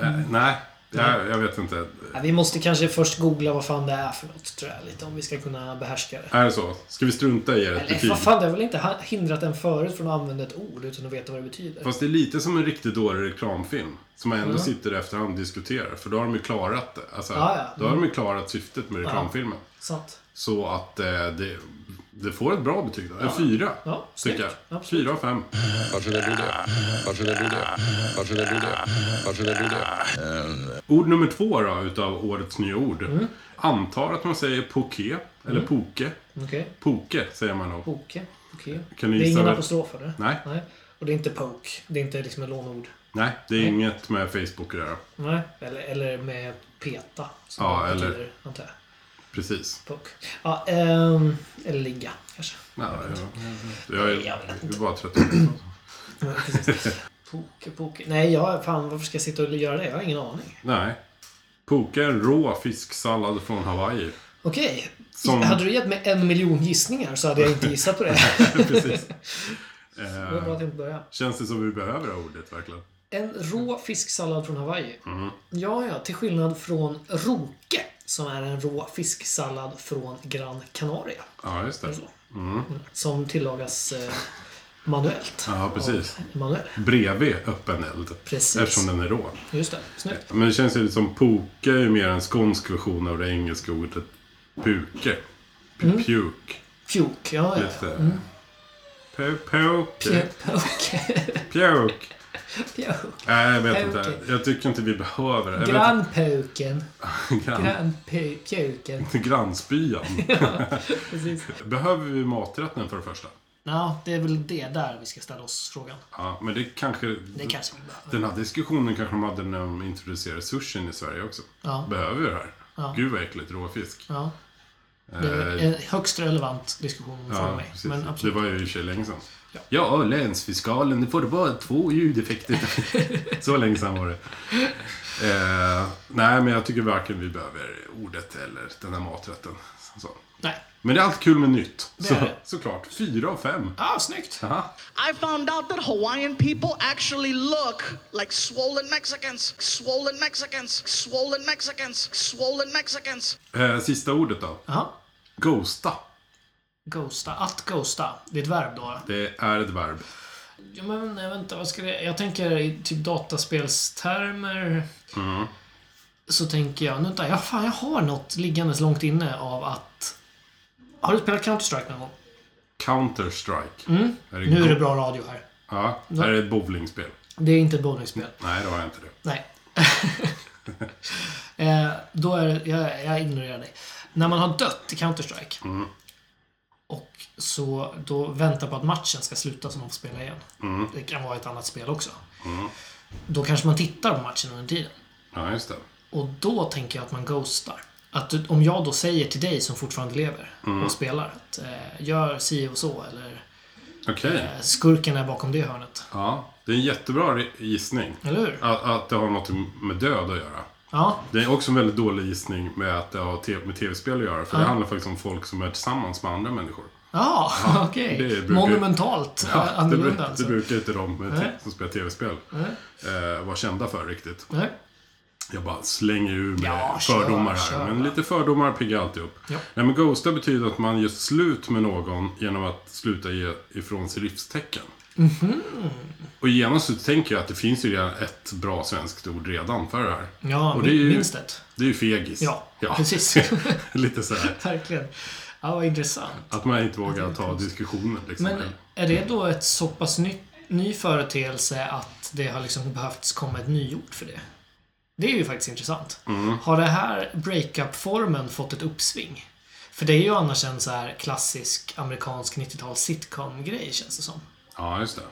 Eh,
Mm.
Nej, jag, jag vet inte.
Ja, vi måste kanske först googla vad fan det är för något, tror jag. Lite om vi ska kunna behärska det.
Är det så? Ska vi strunta i ert
Eller
betyg?
vad fan, det har väl inte ha- hindrat en förut från att använda ett ord utan att veta vad det betyder.
Fast det är lite som en riktigt dålig reklamfilm. Som man ändå sitter i efterhand och diskuterar. För då har de ju klarat det. Alltså,
Ja, ja.
Då har de ju klarat syftet med reklamfilmen.
Sant.
Så att eh, det, det får ett bra betyg då. En fyra.
Ja,
tycker
snyggt.
jag.
Absolut.
Fyra av fem. Ord nummer två då, utav årets nya ord.
Mm.
Antar att man säger poke, eller poke.
Okej.
Poke säger man nog.
Poke. Okej.
Kan du
Det är
gissa
ingen
vad-
apostrof, eller?
Nej.
Nej. Och det är inte poke. Det är inte liksom ett lånord.
Nej, det är inget med Facebook att göra.
Nej. Eller, eller med peta. som
Ja,
det
eller-
betyder, Antar jag.
Precis.
Poke. Ja, ehm, eller ligga, kanske.
Nej, jag, jag,
Jag vet
är bara 31.
Ja, precis. Poke, poke. Nej, jag, fan varför ska jag sitta och göra det? Jag har ingen aning.
Nej. Poke är en rå fisksallad från Hawaii. [LAUGHS]
Okej.
Som-
Hade du gett mig en miljon gissningar så hade jag inte gissat
[LAUGHS]
på det.
Precis.
Det var bra
Eh,
att jag inte började.
känns det som vi behöver det här ordet verkligen?
En rå fisksallad från Hawaii.
Mm.
Ja, ja. Till skillnad från roke, som är en rå fisksallad från Gran Canaria.
Ja, just
Mm.
det.
Som tillagas eh, manuellt.
Ja, precis.
Av Manuel.
Bredvid öppen eld.
Precis.
Eftersom den är rå.
Just det. Snyggt.
Men det känns ju lite som poke är ju mer en skånsk version av det engelska ordet puke. P-
Mm.
Puke.
Puke, ja. ja.
Lite... Pu-
[LAUGHS]
Poke.
Puke.
Puke.
Puke.
Nej, jag vet inte.
Puke.
Jag tycker inte vi behöver det. Jag vet-
Grannpuken.
Grann.
Grannpuken. [LAUGHS]
Grannspyan.
Precis.
[LAUGHS] Behöver vi maträtten för det första?
Ja, det är väl det där vi ska ställa oss frågan.
Ja, men det kanske...
Det kanske vi behöver.
Den här diskussionen kanske de hade när de introducerade sushin i Sverige också.
Ja.
Behöver vi det här?
Ja.
Gud vad äckligt, råfisk. Eh,
Ja. Det är en högst relevant diskussion för
Ja,
mig.
precis.
Men
det
absolut.
var ju i och för sig länge sedan. Ja, länsfiskalen, nu får det bara två ljudeffekter.
[LAUGHS]
Så länge sedan var det. Eh, nej, men jag tycker varken vi behöver ordet eller den här maträtten. Så.
Nej.
Men det är alltid kul med nytt. Så,
är det.
såklart. Fyra av fem.
Ah, snyggt!
Aha.
I found out that Hawaiian people actually look like swollen Mexicans, swollen Mexicans, swollen Mexicans, swollen Mexicans.
Eh, sista ordet då.
Jaha.
Ghosta.
Ghosta. Att ghosta. Det är ett verb då.
Det är ett verb.
Ja, men nej, vänta, vad ska det... Jag tänker i typ dataspelstermer.
Mm.
Så tänker jag, nu vänta, jag, fan, jag har något liggandes långt inne av att... Har du spelat Counter-Strike någon gång?
Counter-Strike. Är det
Mm. Nu är det
go-
bra radio här.
Ja, det här är ett bowlingspel.
Det är inte ett bonusspel.
Nej, det har jag inte det.
Nej. [LAUGHS] eh, då är det- jag, jag ignorerar dig. När man har dött i Counter-Strike
Mm.
och så då väntar på att matchen ska sluta så man får spela igen.
Mm.
Det kan vara ett annat spel också. Då kanske man tittar på matchen under tiden.
Ja, just det.
Och då tänker jag att man ghostar. Att du- om jag då säger till dig som fortfarande lever
Mm.
och spelar att eh, gör si och så eller
Okej.
eh, skurken är bakom det hörnet.
Ja, det är en jättebra re- gissning.
Eller hur?
Att, att det har något med död att göra.
Ja,
Det är också en väldigt dålig gissning med att det har te- med tv-spel att göra. För det handlar faktiskt om folk som är tillsammans med andra människor.
[LAUGHS] Ja, okej.
det brukar-
Monumentalt ja,
det,
annorlunda
bru-
alltså.
det brukar inte de med te-
Nej.
som spelar tv-spel eh, vara kända för riktigt.
Nej.
Jag bara slänger ur med
Ja, kör,
fördomar här.
kör.
men lite fördomar piggar alltid upp.
Ja.
Nej, men ghosta betyder att man gör slut med någon genom att sluta ge ifrån sig livstecken.
Mhm.
Och genast så tänker jag att det finns ju redan ett bra svenskt ord redan för det här.
Ja,
Och
det
det är ju-
minst ett.
Det är ju fegis.
Ja, precis.
[LAUGHS] lite så här.
Verkligen. Ja, vad intressant.
Att man inte vågar ta diskussioner. Liksom.
Men är det då ett så pass ny, ny företeelse att det har liksom behövts komma ett nyord för det? Det är ju faktiskt intressant.
Mm.
Har det här breakup-formen fått ett uppsving? För det är ju annars en så här klassisk amerikansk 90-tals sitcom-grej känns det som.
Ja, just det.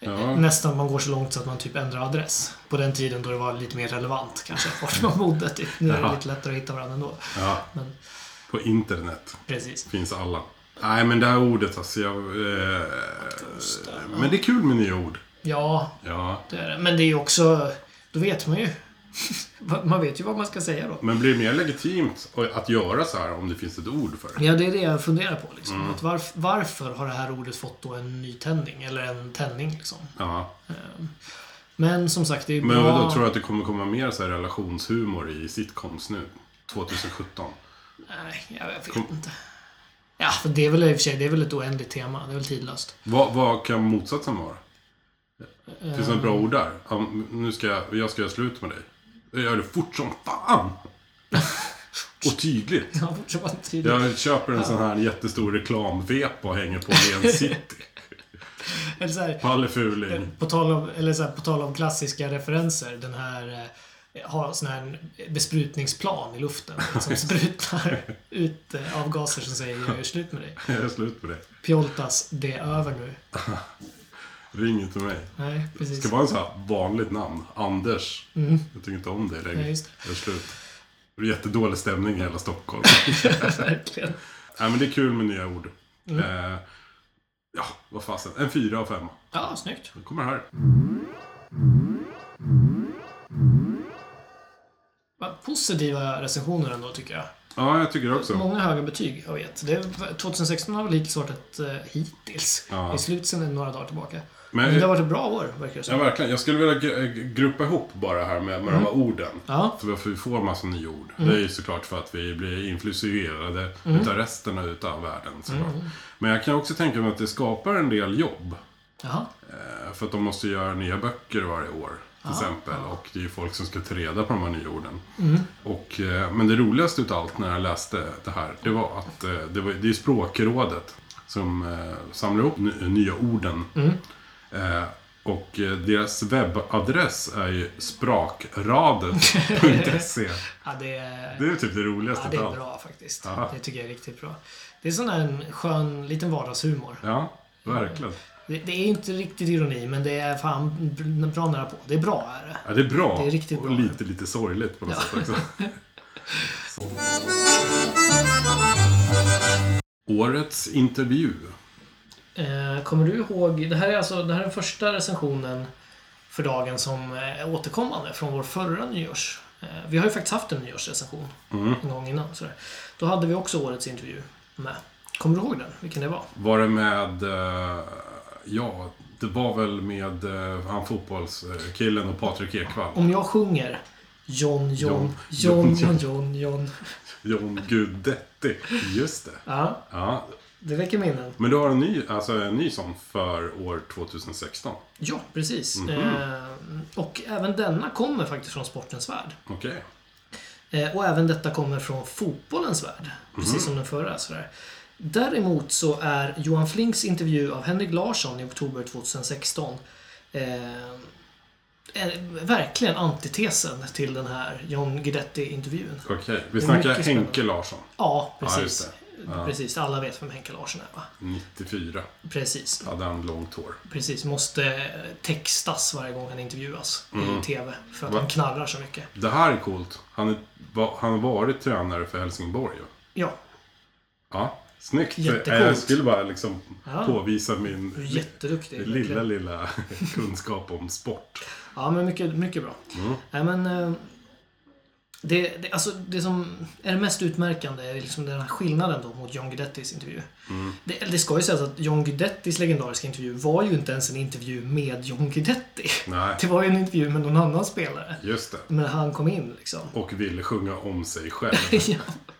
Ja.
Nästan man går så långt så att man typ ändrar adress. På den tiden då det var lite mer relevant kanske, [LAUGHS] vart man bodde. Typ. Nu är det lite lättare att hitta varandra ändå.
Ja.
Men
På internet
precis.
finns alla. Nej, men det här ordet alltså. Jag, eh, men det är kul med nya ord.
Ja,
Ja.
det är det. Men det är ju också... Då vet man ju. [LAUGHS] man vet ju vad man ska säga då.
Men blir det mer legitimt att göra så här om det finns ett ord för det?
Ja, det är det jag funderar på. Liksom.
Mm.
Att varf- varför har det här ordet fått då en ny tändning? Eller en tändning liksom.
Ja.
Men som sagt, det är ju
Men
bra...
då tror jag att det kommer komma mer så här relationshumor i sitcoms nu? 2017.
Nej, jag vet
Kom-
inte. Ja, för det är väl i och för sig det är väl ett oändligt tema. Det är väl tidlöst. [LAUGHS]
Vad, vad kan motsatsen vara? Finns det något bra ord där? Ja, nu ska jag, jag ska göra slut med dig. Jag gör det fort som fan! Och tydligt.
Ja, det var tydligt.
Jag köper en sån här jättestor reklamvepa och hänger på i en city.
Eller så här,
Palle Fuling.
På tal, om, eller så här, på tal om klassiska referenser, den här eh, har sån här besprutningsplan i luften
[LAUGHS]
som sprutar ut eh, avgaser som säger jag gör slut med dig.
Jag gör slut med dig.
Pjoltas, det är över nu.
Ring inte mig.
Nej,
Det
precis.
ska vara en sån här vanligt namn. Anders. Jag tycker inte om det längre.
Nej, Mm. just det.
Jag gör slut. Det är jättedålig stämning i
[LAUGHS]
hela Stockholm.
Verkligen.
Nej, men det är kul med nya ord.
Mm.
Eh, ja, vad fasen. En fyra av fem.
Ja, snyggt.
Nu kommer det här.
Va, Positiva recensioner ändå, tycker jag.
Ja, jag tycker också.
Många höga betyg har vi gett. Det, är- 2016 har väl hittills varit ett eh, hittills.
Ja.
I slutet sedan några dagar tillbaka.
Men-
Men, det har varit ett bra år, verkar det
Ja,
som.
verkligen. Jag skulle vilja gr- eh, gruppa ihop bara här med, med de här orden.
Mm. Ja. Mm.
För varför vi får massa nya ord. Det är ju såklart för att vi blir influerade utav resten utav världen såklart.
Mm.
Men jag kan också tänka mig att det skapar en del jobb.
Jaha.
Eh, För att de måste göra nya böcker varje år. Till exempel. Och det är ju folk som ska ta reda på de här nya orden.
Mm.
Och, eh, men det roligaste utav allt när jag läste det här. Det var att eh, det, var, det är språkrådet. Som eh, samlar ihop ny- nya orden.
Mm.
Eh, och eh, deras webbadress är ju
[LAUGHS]
sprakradet.se.
Ja, det är...
Det är typ det roligaste
Ja, det är
utav allt.
bra faktiskt.
Ja.
Det tycker jag är riktigt bra. Det är sån där en skön liten vardagshumor.
Ja, verkligen.
Det, det är inte riktigt ironi, men det är fan b- bra nära på. Det är bra är det.
Ja, det är bra.
Det är riktigt
och
bra. [LAUGHS]
lite, lite sorgligt på något sätt också. Årets intervju.
Eh, kommer du ihåg, det här är alltså det här är den första recensionen för dagen som eh, är återkommande från vår förra nyårs. Eh, vi har ju faktiskt haft en nyårsrecension en gång innan. Sådär. Då hade vi också årets intervju med. Kommer du ihåg den? Vilken det var?
Var det med... eh, ja, det var väl med eh, han fotbollskillen och Patrik Ekwall.
Om jag sjunger John, John, John,
John,
John, John, John.
John Guidetti. Just det.
Ja,
Ja.
det väcker minnen.
Men du har en ny, alltså en ny sån för år 2016.
Ja, precis. Eh, och även denna kommer faktiskt från Sportens Värld.
Okej.
Eh, Och även detta kommer från fotbollens värld,
Mhm.
precis som den förra. Sådär. Däremot så är Johan Flinks intervju av Henrik Larsson i oktober 2016 eh, är verkligen antitesen till den här John Guidetti-intervjun.
Okej. Vi
är
snackar
mycket spännande.
Henke Larsson.
Ja,
Ja, Mm.
precis.
just
Precis, alla vet vem Henke Larsson är va?
94.
Precis,
Hade han långt hår.
precis. Måste eh, textas varje gång han intervjuas i TV. För att
Mm. Va?
han knarrar så mycket.
Det här är coolt. Han, är, va, han har varit tränare för Helsingborg ju.
Ja,
Ja. Snyggt.
Jättecoolt.
Eh, Jag skulle bara liksom
Ja.
påvisa min
du är jätteduktig. verkligen.
lilla, lilla [LAUGHS] kunskap om sport.
Ja, men mycket, mycket bra.
Mm.
Nej, men, eh, det, det, alltså, det som är det mest utmärkande är liksom den här skillnaden då mot John Guidettis intervju.
Mm.
Det, det ska ju sägas att John Guidettis legendariska intervju var ju inte ens en intervju med John Guidetti.
Nej.
Det var ju en intervju med någon annan spelare.
Just det.
Men han kom in liksom. [LAUGHS]
Och ville sjunga om sig själv.
Ja,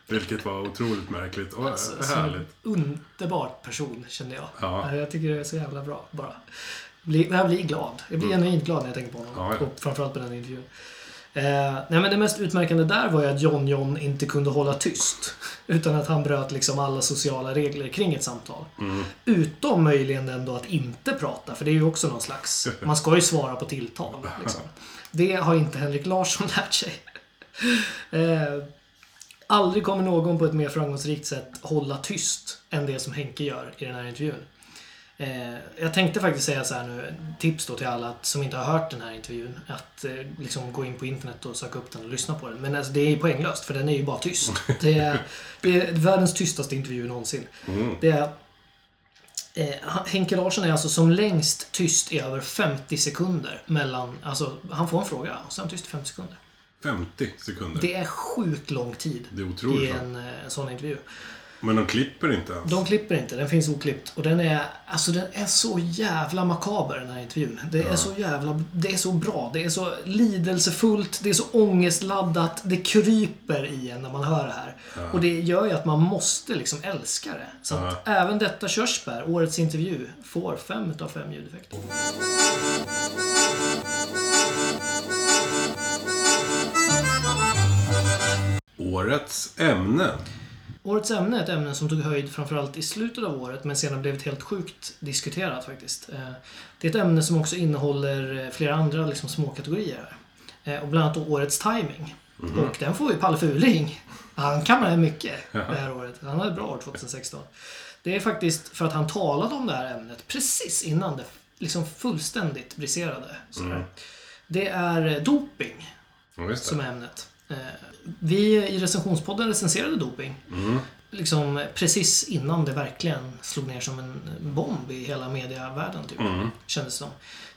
vilket var otroligt märkligt och eh,
alltså, som en
härligt.
underbar person kände jag.
Ja.
Jag tycker det är så jävla bra bara. Bli- Jag blir glad. Jag blir genuint glad när jag tänker på honom.
Mm. Ja, ja.
Och framförallt på den intervjun. Eh, nej, men det mest utmärkande där var ju att John John inte kunde hålla tyst. Utan att han bröt liksom alla sociala regler kring ett samtal.
Mm.
Utom möjligen ändå att inte prata, för det är ju också någon
[LAUGHS]
slags... Man ska ju svara på tilltal. Liksom. Det har inte Henrik Larsson lärt sig. [LAUGHS] Eh, Aldrig kommer någon på ett mer framgångsrikt sätt hålla tyst än det som Henke gör i den här intervjun. Eh, jag tänkte faktiskt säga så här nu, tips då till alla att- som inte har hört den här intervjun. Att eh, liksom gå in på internet och söka upp den och lyssna på den. Men alltså, det är ju poänglöst för den är ju bara
[LAUGHS]
tyst. Det är, det är världens tystaste intervju någonsin.
Mm.
Det är, eh, Henke Larsson är alltså som längst tyst i över 50 sekunder. Mellan, alltså, han får en fråga och sen tyst i 50 sekunder.
50 sekunder.
Det är sjukt lång tid
Det är
i
otroligt långt.
en eh, sån intervju.
Men de klipper inte ens.
De klipper inte, den finns oklippt. Och den är, alltså den är så jävla makaber den här intervjun. Det är så jävla, det är så bra. Det är så lidelsefullt, det är så ångestladdat. Det kryper i en när man hör det här. Och det gör ju att man måste liksom älska det. Så att även detta körsbär, årets intervju, får fem utav fem ljudeffekter.
Årets ämne.
Årets ämne är ett ämne som tog höjd framförallt i slutet av året men sedan blev ett helt sjukt diskuterat faktiskt. Eh, Det är ett ämne som också innehåller eh, flera andra liksom, småkategorier. här. Eh, Och bland annat då årets timing. Och den får ju Palle Fuling. Han kamrade mycket det här året. Han hade ett bra år 2016. Det är faktiskt för att han talade om det här ämnet precis innan det liksom fullständigt briserade. sådär. Det är eh, doping
Ja, just
som
det.
är ämnet. Eh, Vi i recensionspodden recenserade doping. Liksom precis innan det verkligen slog ner som en bomb i hela medievärlden. Typ, Kändes det som.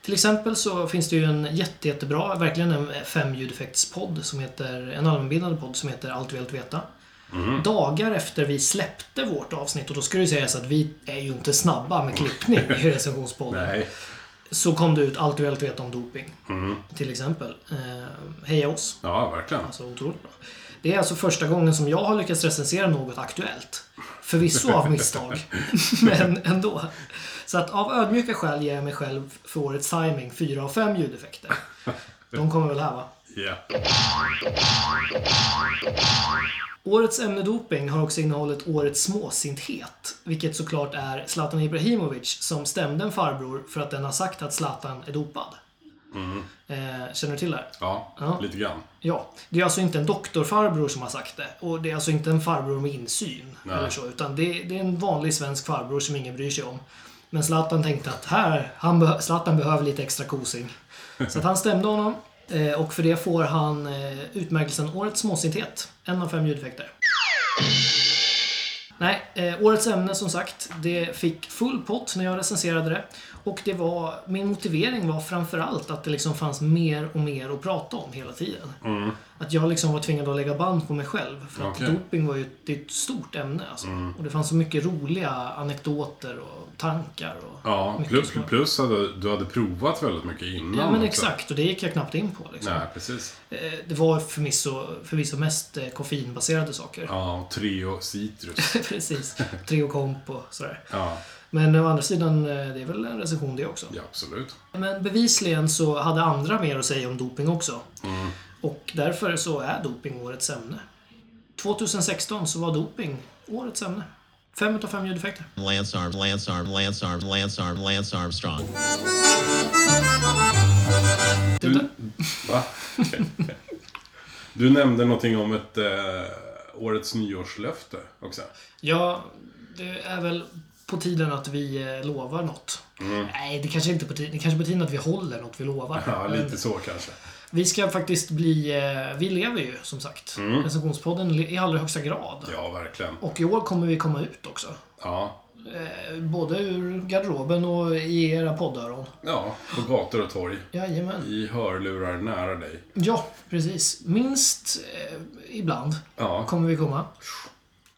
Till exempel så finns det ju en jätte, jättebra, verkligen en femljudeffektspodd som heter, en allmänbildande podd som heter Allt vi allt veta. Dagar efter vi släppte vårt avsnitt, och då ska det ju sägas att vi är ju inte snabba med klippning i recensionspodden
Nej.
så kom det ut allt du helt vet om doping. Till exempel. Eh, heja oss.
Ja, verkligen.
Alltså otroligt bra. Det är alltså första gången som jag har lyckats recensera något aktuellt. Förvisso av misstag, men ändå. Så att av ödmjuka skäl ger jag mig själv för årets timing 4 av 5 ljudeffekter. De kommer väl här va?
Ja.
Årets ämne doping har också innehållit årets småsinthet, vilket såklart är Zlatan Ibrahimovic som stämde en farbror för att den har sagt att Zlatan är dopad. Eh, känner du till det här?
Ja,
Ja.
lite grann.
Ja, det är alltså inte en doktorfarbror som har sagt det. Och det är alltså inte en farbror med insyn. Eller så, utan det, det är en vanlig svensk farbror som ingen bryr sig om. Men Zlatan tänkte att här, han be- Zlatan behöver lite extra kosing. Så att han stämde honom. eh, Och för det får han eh, utmärkelsen Årets småsinthet. En av fem ljudeffekter. Nej, eh, årets ämne som sagt, det fick full pott när jag recenserade det. Och det var, min motivering var framförallt att det liksom fanns mer och mer att prata om hela tiden. Att jag liksom var tvingad att lägga band på mig själv. För att
Okej.
doping var ju ett, det är ett stort ämne. Alltså.
Mm.
Och det fanns så mycket roliga anekdoter och tankar. Och
Ja,
mycket
plus,
som-
plus att du- du hade provat väldigt mycket innan
Ja men
också.
exakt, och det gick jag knappt in på. Liksom.
Nej, precis.
Eh, Det var förvisso, förvisso mest eh, koffeinbaserade saker.
Ja, Treo Citrus.
[LAUGHS] Precis. Trio komp och sådär.
Ja,
Men å andra sidan, eh, det är väl en recension det också.
ja absolut.
Men bevisligen så hade andra mer att säga om doping också.
Mm.
Och därför så är doping årets ämne. 2016 så var doping årets ämne. Fem utav fem ljudeffekter.
Lance Arm, Lance Arm, Lance Arm, Lance Arm, Lance Armstrong.
Det där,
Va? du nämnde någonting om ett eh, årets nyårslöfte också.
ja, det är väl på tiden att vi eh, lovar något.
Mm.
Nej, det kanske inte är på tiden. Det kanske är på tiden att vi håller något vi lovar.
[LAUGHS] Ja,
Men-
lite så kanske.
Vi ska faktiskt bli... eh, Vi lever ju, som sagt. Recensionspodden le- i allra högsta grad.
Mm. Ja, verkligen.
Och i år kommer vi komma ut också.
Ja,
Eh, Både ur garderoben och i era poddöron.
ja på gator och torg.
Jajamän.
I hörlurar nära dig.
Ja, precis. Minst eh, ibland
Ja,
kommer vi komma.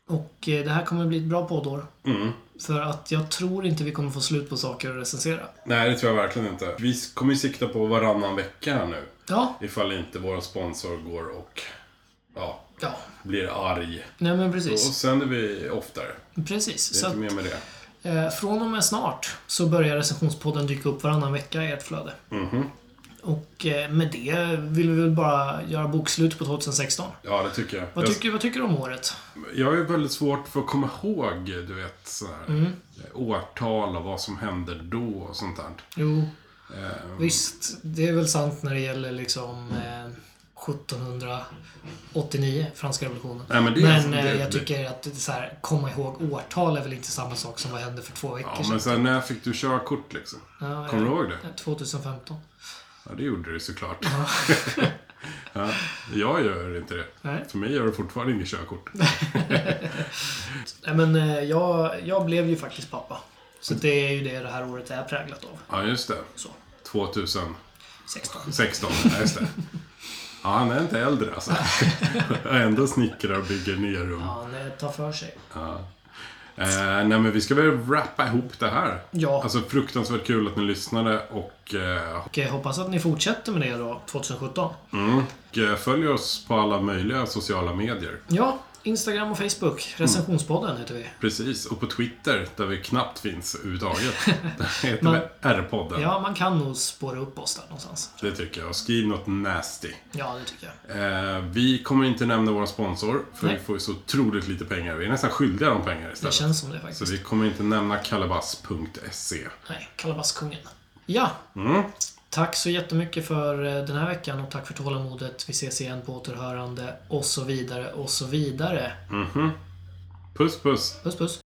Och eh, det här kommer bli ett bra poddår.
Mm.
För att jag tror inte vi kommer få slut på saker att recensera.
nej det tror jag verkligen inte. Vi kommer ju sikta på varannan vecka här nu.
Ja,
Ifall inte vår sponsor går och ja,
ja.
blir arg.
Nej men
Och
precis.
sänder vi oftare.
Precis.
Det
Så
är
att,
inte mer med det.
Eh, Från och med snart så börjar recensionspodden dyka upp varannan vecka i ert flöde.
Mhm.
Och eh, med det vill vi väl bara göra bokslut på 2016.
Ja, det tycker jag.
Vad
jag,
tycker, vad tycker du om året?
jag är väldigt svårt för att komma ihåg, du vet, så här,
Mm.
årtal och vad som hände då och sånt där.
Jo,
Eh,
visst. Det är väl sant när det gäller liksom eh, 1789, franska revolutionen.
Nej, men det är- liksom- det-
eh, jag
det-
tycker att det är så här, komma ihåg årtal är väl inte samma sak som vad hände för två veckor
Ja,
sedan.
men sen när fick du körkort liksom?
Ja,
Kommer du
ja.
ihåg det?
2015.
Ja, det gjorde du såklart. [LAUGHS] ja, jag gör inte det.
Nej.
För mig gör det fortfarande inget körkort.
Nej, men eh, jag, jag blev ju faktiskt pappa. Så det är ju det det här året är präglat av.
Ja, just det.
Så,
2016.
16.
Ja, just det. Ja, han är inte äldre
[LAUGHS]
alltså. [LAUGHS] Och Ändå snickrar och bygger nya rum.
Han eh, tar för sig.
Eh, nej, men vi ska väl wrappa ihop det här.
Ja.
Alltså, fruktansvärt kul att ni lyssnade och, eh,
Och jag hoppas att ni fortsätter med det då 2017.
och eh, följ oss på alla möjliga sociala medier.
Ja, Instagram och Facebook. Recensionspodden heter vi.
Precis, och på Twitter där vi knappt
[LAUGHS]
finns överhuvudtaget. Där heter vi R-podden.
Ja, man kan nog spåra upp oss där någonstans.
Det tycker jag. Skriv något nasty.
Ja, det tycker jag.
Eh, vi kommer inte nämna våra sponsor, för
Nej.
vi får ju så otroligt lite pengar. Vi är nästan skyldiga dem pengar
Det
istället.
känns som det
Så
faktiskt.
vi kommer inte nämna kalabas.se.
Nej, Kalabasskungen. Ja. Tack så jättemycket för eh, den här veckan och tack för tålamodet. Vi ses igen på återhörande och så vidare och så vidare.
Puss puss!
Puss puss!